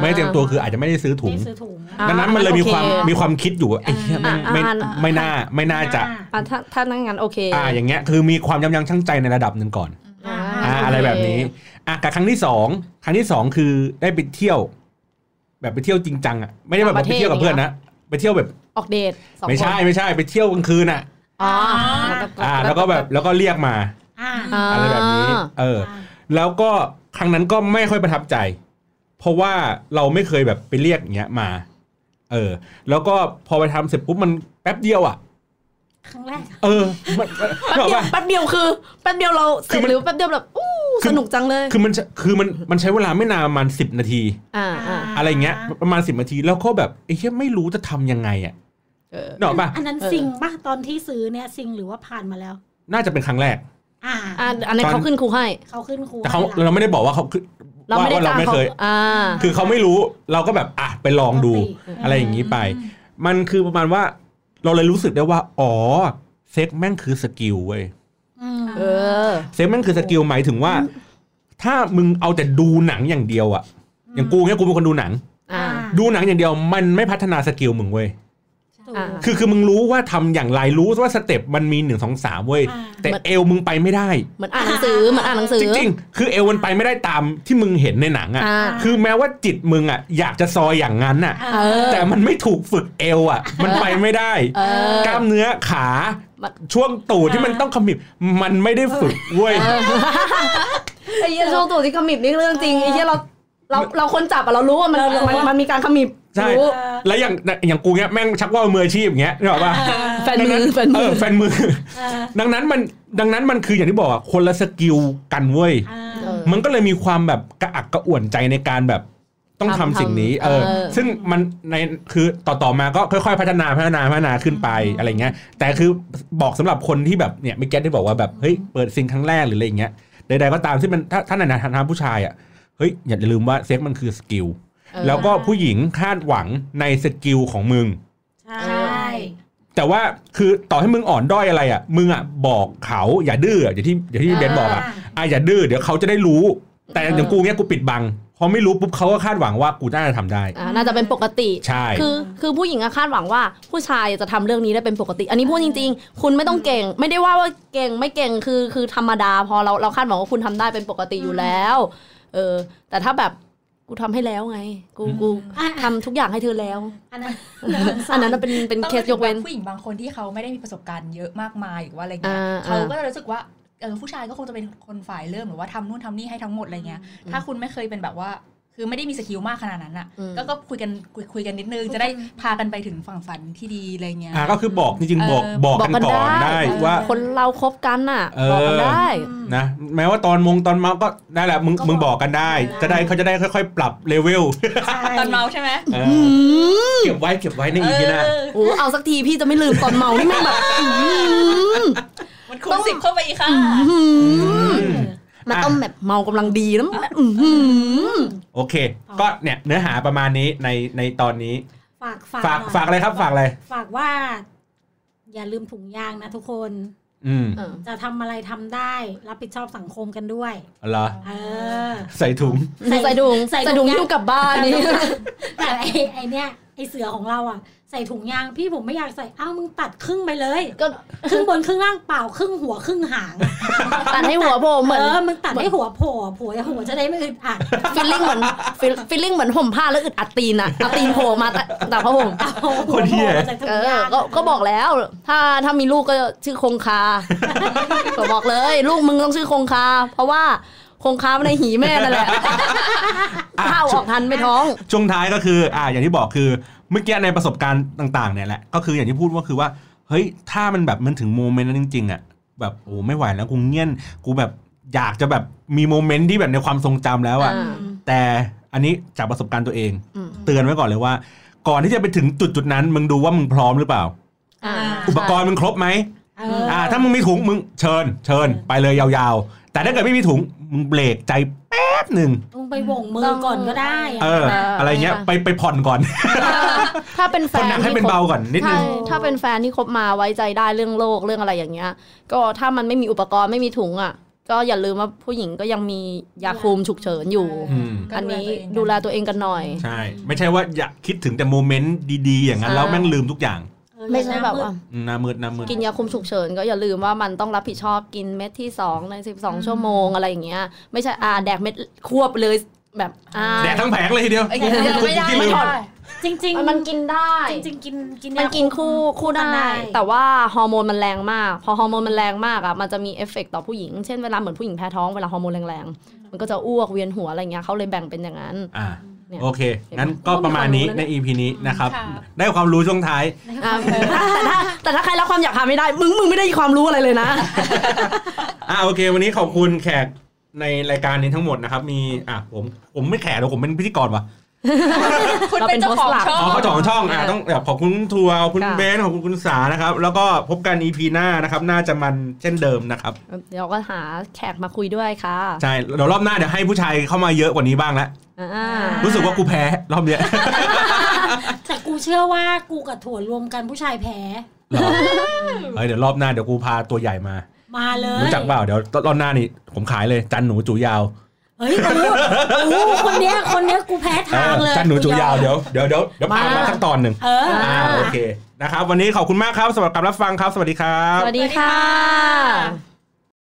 ไม่ได้เตรียมตัวคืออาจจะไม่ได้ซื้อถุง นี่ซื้อถุง อ่า ดังนั้นมันเลยมีความ โอเค มีความคิดอยู่ว่าไอ้เหี้ยไม่ไม่ อ่า ไม่น่าไม่น่าจะ อ่ะถ้าถ้านั่งงานโอเค อ่าอย่างเงี้ยคือมีความยับยั้งชั่งใจในระดับหนึ่งก่อน อ่า อ่า า อะไรแบบนี้อ่ะกับครั้งที่สองครั้งที่สองคือได้ไปเที่ยว ไป แบบไปเที่ยวจริงจังอ่ะไม่ได้แบบ ต่างประ ไป เทศ เที่ยวกับเพื่อนนะไปเที่ยวแบบ ออกเดทสองคน ไม่ใช่ไม่ใช่ไปเที่ยวกลางคืนอ่ะ อ๋อ อ่า แล้วก็แบบแล้วก็เรียกมา อ่า า อะไรแบบนี้ เออ า แล้วก็ครั้งนั้นก็ไม่ค่อยประทับใจ เพราะว่าเราไม่เคยแบบไปเรียกอย่างเงี้ยมา เออ แล้วก็พอไปทำเสร็จปุ๊บมันแป๊บเดียวอ่ะ ครั้งแรก เออมันมันนึกออกปะ แป๊บเดียวคือแป๊บเดียวเราเสร็ คือ จ มัน หรือแป๊บเดียวแบบอู้ คือ สนุกจังเลย คือมันจะคือมันมันใช้เวลาไม่นานประมาณสิบนาที อ่าอ่า อะไรเงี้ย ประมาณสิบนาทีแล้วก็แบบไอ้เหี้ยไม่รู้จะทำยังไงอ่ะ เออ เนกออกป่ะ อันนั้นซิงป่ะตอนที่ซื้อเนี่ยซิงหรือว่าผ่านมาแล้ว น่าจะเป็นครั้งแรก อ่า อ่าอันนั้นเขาขึ้นครูให้ เขาขึ้นครู แต่เขา ให้ละ เราไม่ได้บอกว่าเขาคือ เราไม่ได้ ว่าเรา จ้าง ไม่ เขา เคย อ่า คือเขาไม่รู้เราก็แบบอ่ะไปลองดู อะไรอย่างนี้ไป มันคือประมาณว่า เราเลยรู้สึกได้ว่า อ๋อ เซ็กแม่งคือสกิลเว้ย อืม เออ เซ็กแม่งคือสกิลหมายถึงว่า ถ้ามึงเอาแต่ดูหนังอย่างเดียวอะอย่างกูเนี่ยกูเป็นคนดูหนัง อ่า ดูหนังอย่างเดียวมันไม่พัฒนาสกิลมึงเว้ย ถูก อ่า คือคือมึงรู้ว่าทำอย่างไรรู้ว่าสเต็ปมันมีหนึ่งสองสามเว้ย อ่า แต่เอวมึงไปไม่ได้ เหมือนอ่านหนังสือเหมือนอ่านหนังสือ จริงๆ คือเอวมันไปไม่ได้ตามที่มึงเห็นในหนังอะ อ่า คือแม้ว่าจิตมึงอะอยากจะซอยอย่างนั้นอะ เออ แต่มันไม่ถูกฝึกเอวอะมันไปไม่ได้ เออก ล้ามเนื้อขา มัน ช่วงตูดที่มันต้องขมิบมันไม่ได้ฝึกเว้ย ไอ้เหี้ยช่วงตัวที่ขมิบนี่เรื่องจริงไอ้เหี้ยเราเราเราคนจับอะเรารู้ว่ามันมันมันมีการขมิบ ใช่ รู้ แล้วอย่างอย่างกูเนี้ยแม่งชักว่าวมืออาชีพอย่างเงี้ยนึกออกปะ แฟนมือแฟน เอ มื อ อ แฟนมือ เออ ดังนั้นมันดังนั้นมันคืออย่างที่บอกอะคนละสกิลกันเว้ย อ่า เออ มันก็เลยมีความแบบกระอักกระอ่วนใจในการแบบต้องทำ ทำ สิ่งนี้ เออ เออ ซึ่งมันในคือต่อต่อมาก็ค่อยๆ พัฒนาพัฒนาพัฒนาขึ้นไปอะไรเงี้ย แต่คือบอกสำหรับคนที่แบบเนี่ยไม่แก้ที่บอกว่าแบบเฮ้ยเปิดซิงครั้งแรกหรืออะไรอย่างเงี้ยใดๆก็ตามที่มันถ้าถ้าในฐานะผู้ชายอ่ะเฮ้ยอย่าลืมว่าเซ็กมันคือสกิล เออ แล้วก็ผู้หญิงคาดหวังในสกิลของมึง ใช่ แต่ว่าคือต่อให้มึงอ่อนด้อยอะไรอ่ะ มึงอ่ะบอกเขาอย่าดื้ออย่างที่อย่างที่เบนบอกอ่ะอ่ะอย่าดื้อเดี๋ยวเขาจะได้รู้ แต่อย่างกูเนี้ยกูปิดบังพอไม่รู้ปุ๊บเขาก็คาดหวังว่ากูน่าจะทำได้ อ่าน่าจะเป็นปกติ ใช่ คือคือผู้หญิงอะคาดหวังว่าผู้ชายจะทำเรื่องนี้ได้เป็นปกติ อันนี้พูดจริง ๆ คุณไม่ต้องเก่ง ไม่ได้ว่าว่าเก่งไม่เก่งคือคือธรรมดา พอเราเราคาดหวังว่าคุณทำได้เป็นปกติอยู่แล้ว เออ แต่ถ้าแบบกูทำให้แล้วไง กูกู อ่ะ ทำทุกอย่างให้เธอแล้ว อันนั้น อันนั้นนะเป็นเป็น ต้อง เคสยกเว้น ผู้หญิงบางคนที่เขาไม่ได้มีประสบการณ์เยอะมากมายหรือว่าอะไรเงี้ย อ่า เขาก็จะรู้สึกว่าเออผู้ชายก็คงจะเป็นคนฝ่ายเริ่มหรือว่าทำนู่นทำนี่ให้ทั้งหมดอะไรเงี้ยถ้าคุณไม่เคยเป็นแบบว่า คือไม่ได้มีสกิลมากขนาดนั้นอ่ะ อืม ก็ก็คุยกันคุยคุยกันนิดนึงจะได้พากันไปถึงฝั่งฝันที่ดีอะไรเงี้ย อ่ะก็คือบอกจริงๆบอก เออ บอกกันก่อนได้ว่า คนเราคบกันน่ะ เออ บอกกันได้ นะแม้ว่าตอนมงตอนเมาก็นั่นแหละมึง ก็บอก มึงบอกกันได้ จะได้เขาจะได้ค่อยๆ ปรับเลเวล ใช่ ตอนเมาใช่ไหม เออเก็บไว้เก็บไว้ในอีพีหน้า เออ โอ้เอาสักทีพี่จะไม่ลืมตอนเมานี่แม่งแบบอื้อ มันคุ้มสิบเข้าไปอีกค่ะ หือ อืม มันต้องแบบเมากำลังดีนะแบบอื้อหือ โอเค ก็เนี่ยเนื้อหาประมาณนี้ในในตอนนี้ ฝากฝาก ฝาก หน่ย ฝากอะไรครับฝากอะไร ฝากว่า อย่าลืมถุงยางนะทุกคน อืม เออ จะทำอะไรทำได้ รับผิดชอบสังคมกันด้วย เหรอ เออ ใส่ถุง ใส่ถุง ใส่ ใส่ถุถุงง ยาง ยิ้วกลับบ้านนี่ แต่ไอ้ไอ้เนี่ยไอ้เสือของเราอ่ะ ใส่ถุงยางพี่ผมไม่อยากใส่อ้าวมึงตัดครึ่งไปเลย ก็ ครึ่งบนครึ่งล่างเปล่าครึ่งหัวครึ่งหาง ตัดให้หัวโผล่เหมือน เออมึงตัดให้หัวโผล่ผัวหัวจะได้ไม่อึดอัด ฟีลลิ่งเหมือนฟีลลิ่งเหมือนห่มผ้าแล้วอึดอัดตีนอ่ะเอาตีนโผล่มาแต่แต่ผ้าห่ม เอาหัวโผ คนเหี้ ล่ ย จากถุ เอง อย าง ก็ก็บอกแล้ว ถ้าถ้ามีลูกก็ชื่อคงคา ก็บอกเลย ลูกมึงต้องชื่อคงคา เพราะว่าคงคามันในหีแม่นั่นแหละข้าวออกทันไม่ท้อง ช่วงท้ายก็คือ อ่า อย่างที่บอกคือ เมื่อกี้ในประสบการณ์ต่าง ๆ เนี่ยแหละ ก็คืออย่างที่พูดว่าคือว่า เฮ้ย ถ้ามันแบบมันถึงโมเมนต์นั้นจริง ๆ อ่ะ แบบโอ้ไม่ไหวแล้วกูเงี้ยน กูแบบอยากจะแบบมีโมเมนต์ที่แบบในความทรงจำแล้วอ่ะ อ่า แต่อันนี้จากประสบการณ์ตัวเอง อืม เตือนไว้ก่อนเลยว่า ก่อนที่จะไปถึงจุดจุดๆนั้น มึงดูว่ามึงพร้อมหรือเปล่า อ่า อุปกรณ์มึงครบไหม เออ อ่าถ้ามึงมีถุงมึงเชิญ เชิญไปเลยยาวๆ แต่ถ้าเกิดไม่มีถุงมึงเบรกใจแป๊บหนึ่ง มึงไปหว่งมือก่อนก็ได้อะ เออ อะไรเงี้ยไปไปผ่อนก่อน ถ้าเป็นแฟ ผ่อน น หนักให้ ที่ เป็น คบ เบาก่อนนิดนึ ใช่ ง ถ้าเป็นแฟนที่คบมาไว้ใจได้เรื่องโลกเรื่องอะไรอย่างเงี้ย ก็ถ้ามันไม่มีอุปกรณ์ไม่มีถุงอ่ะ ก็อย่าลืมว่าผู้หญิงก็ยังมียาคุมฉุกเฉินอยู่ อืม ก็ อันนี้ ตัวเง ดูแลตัวเองกันหน่อย ใช่ ไม่ใช่ว่าอยากคิดถึงแต่โมเมนต์ดีๆ อย่างนั้น ใช่ แล้วแม่งลืมทุกอย่าง เออ ไม่ใช่แบบว่า อืมหน้ามืดหน้ามืด กินยาคุมฉุกเฉินก็อย่าลืมว่ามันต้องรับผิดชอบกินเม็ดที่ 2 ใน 12 ชั่วโมงอะไรอย่างเงี้ย ไม่ใช่อาแดกเม็ดควบเลย แบบอ่า แดกทั้งแผงเลยทีเดียว ไอ้เหี้ยไม่ได้ ไม่ ไม่ ได้ ได้ จริงจริง มันกินได้ จริงๆกินกิน มันกินคู่คู่ กัน ได้ แต่ว่าฮอร์โมนมันแรงมาก พอฮอร์โมนมันแรงมากอ่ะมันจะมีเอฟเฟกต์ต่อผู้หญิง เช่นเวลาเหมือนผู้หญิงแพ้ท้องเวลาฮอร์โมนแรงๆ มันก็จะอ้วกเวียนหัวอะไรเงี้ยเขาเลยแบ่งเป็นอย่างนั้น อ่า เนี่ย โอเค งั้นก็ประมาณนี้ ก็มีความรู้ ใน แล้วนะ EP นี้นะครับ ค่ะ ได้ความรู้ช่วงท้าย อ่ะแต่ถ้าแต่ถ้าใครรับความอยากหาไม่ได้ มึงมึงไม่ได้ความรู้อะไรเลยนะ อ่าโอเค วันนี้ขอบคุณแขกในรายการนี้ทั้งหมดนะครับ มีอ่ะผมผมไม่แขกหรอกผมเป็นพิธีกรว่ะ คุณเป็นเจ้าของช่อ อ๋ ง อเขาเจาของช่องอ่ะต้องแบบขอบคุณคุณทัวร์ขอบคุณ ค่ะ เบนซ์ขอบคุณคุณสานะครับ แล้วก็พบกัน EP หน้านะครับ น่าจะมันเช่นเดิมนะครับ เดี๋ยวก็หาแขกมาคุยด้วยค่ะ ใช่เดี๋ยวรอบหน้าเดี๋ยวให้ผู้ชายเข้ามาเยอะกว่านี้บ้างละ อ่า อ่ารู้ รู้สึกว่ากูแพ้ร อบเนี้ย แต่กูเชื่อว่ากูกับถั่วรวมกันผู้ชายแพ้ เหรอเฮ้ยเดี๋ยวรอบหน้าเดี๋ยวกูพาตัวใหญ่มา มาเลย รู้จักเปล่าเดี๋ยวรอบหน้านี่ผมขายเลยจันหนูจูยาว เฮ้ยกูกูคนเนี้ยคนเนี้ยกูแพ้ทางเลย จันหนูจูยาวเดี๋ยวเดี๋ยวเดี๋ยวเดี๋ยวพามาสักตอนหนึ่ง เออ อ่าโอเคนะครับ วันนี้ขอบคุณมากครับสำหรับการรับฟังครับ สวัสดีครับ สวัสดีค่ะ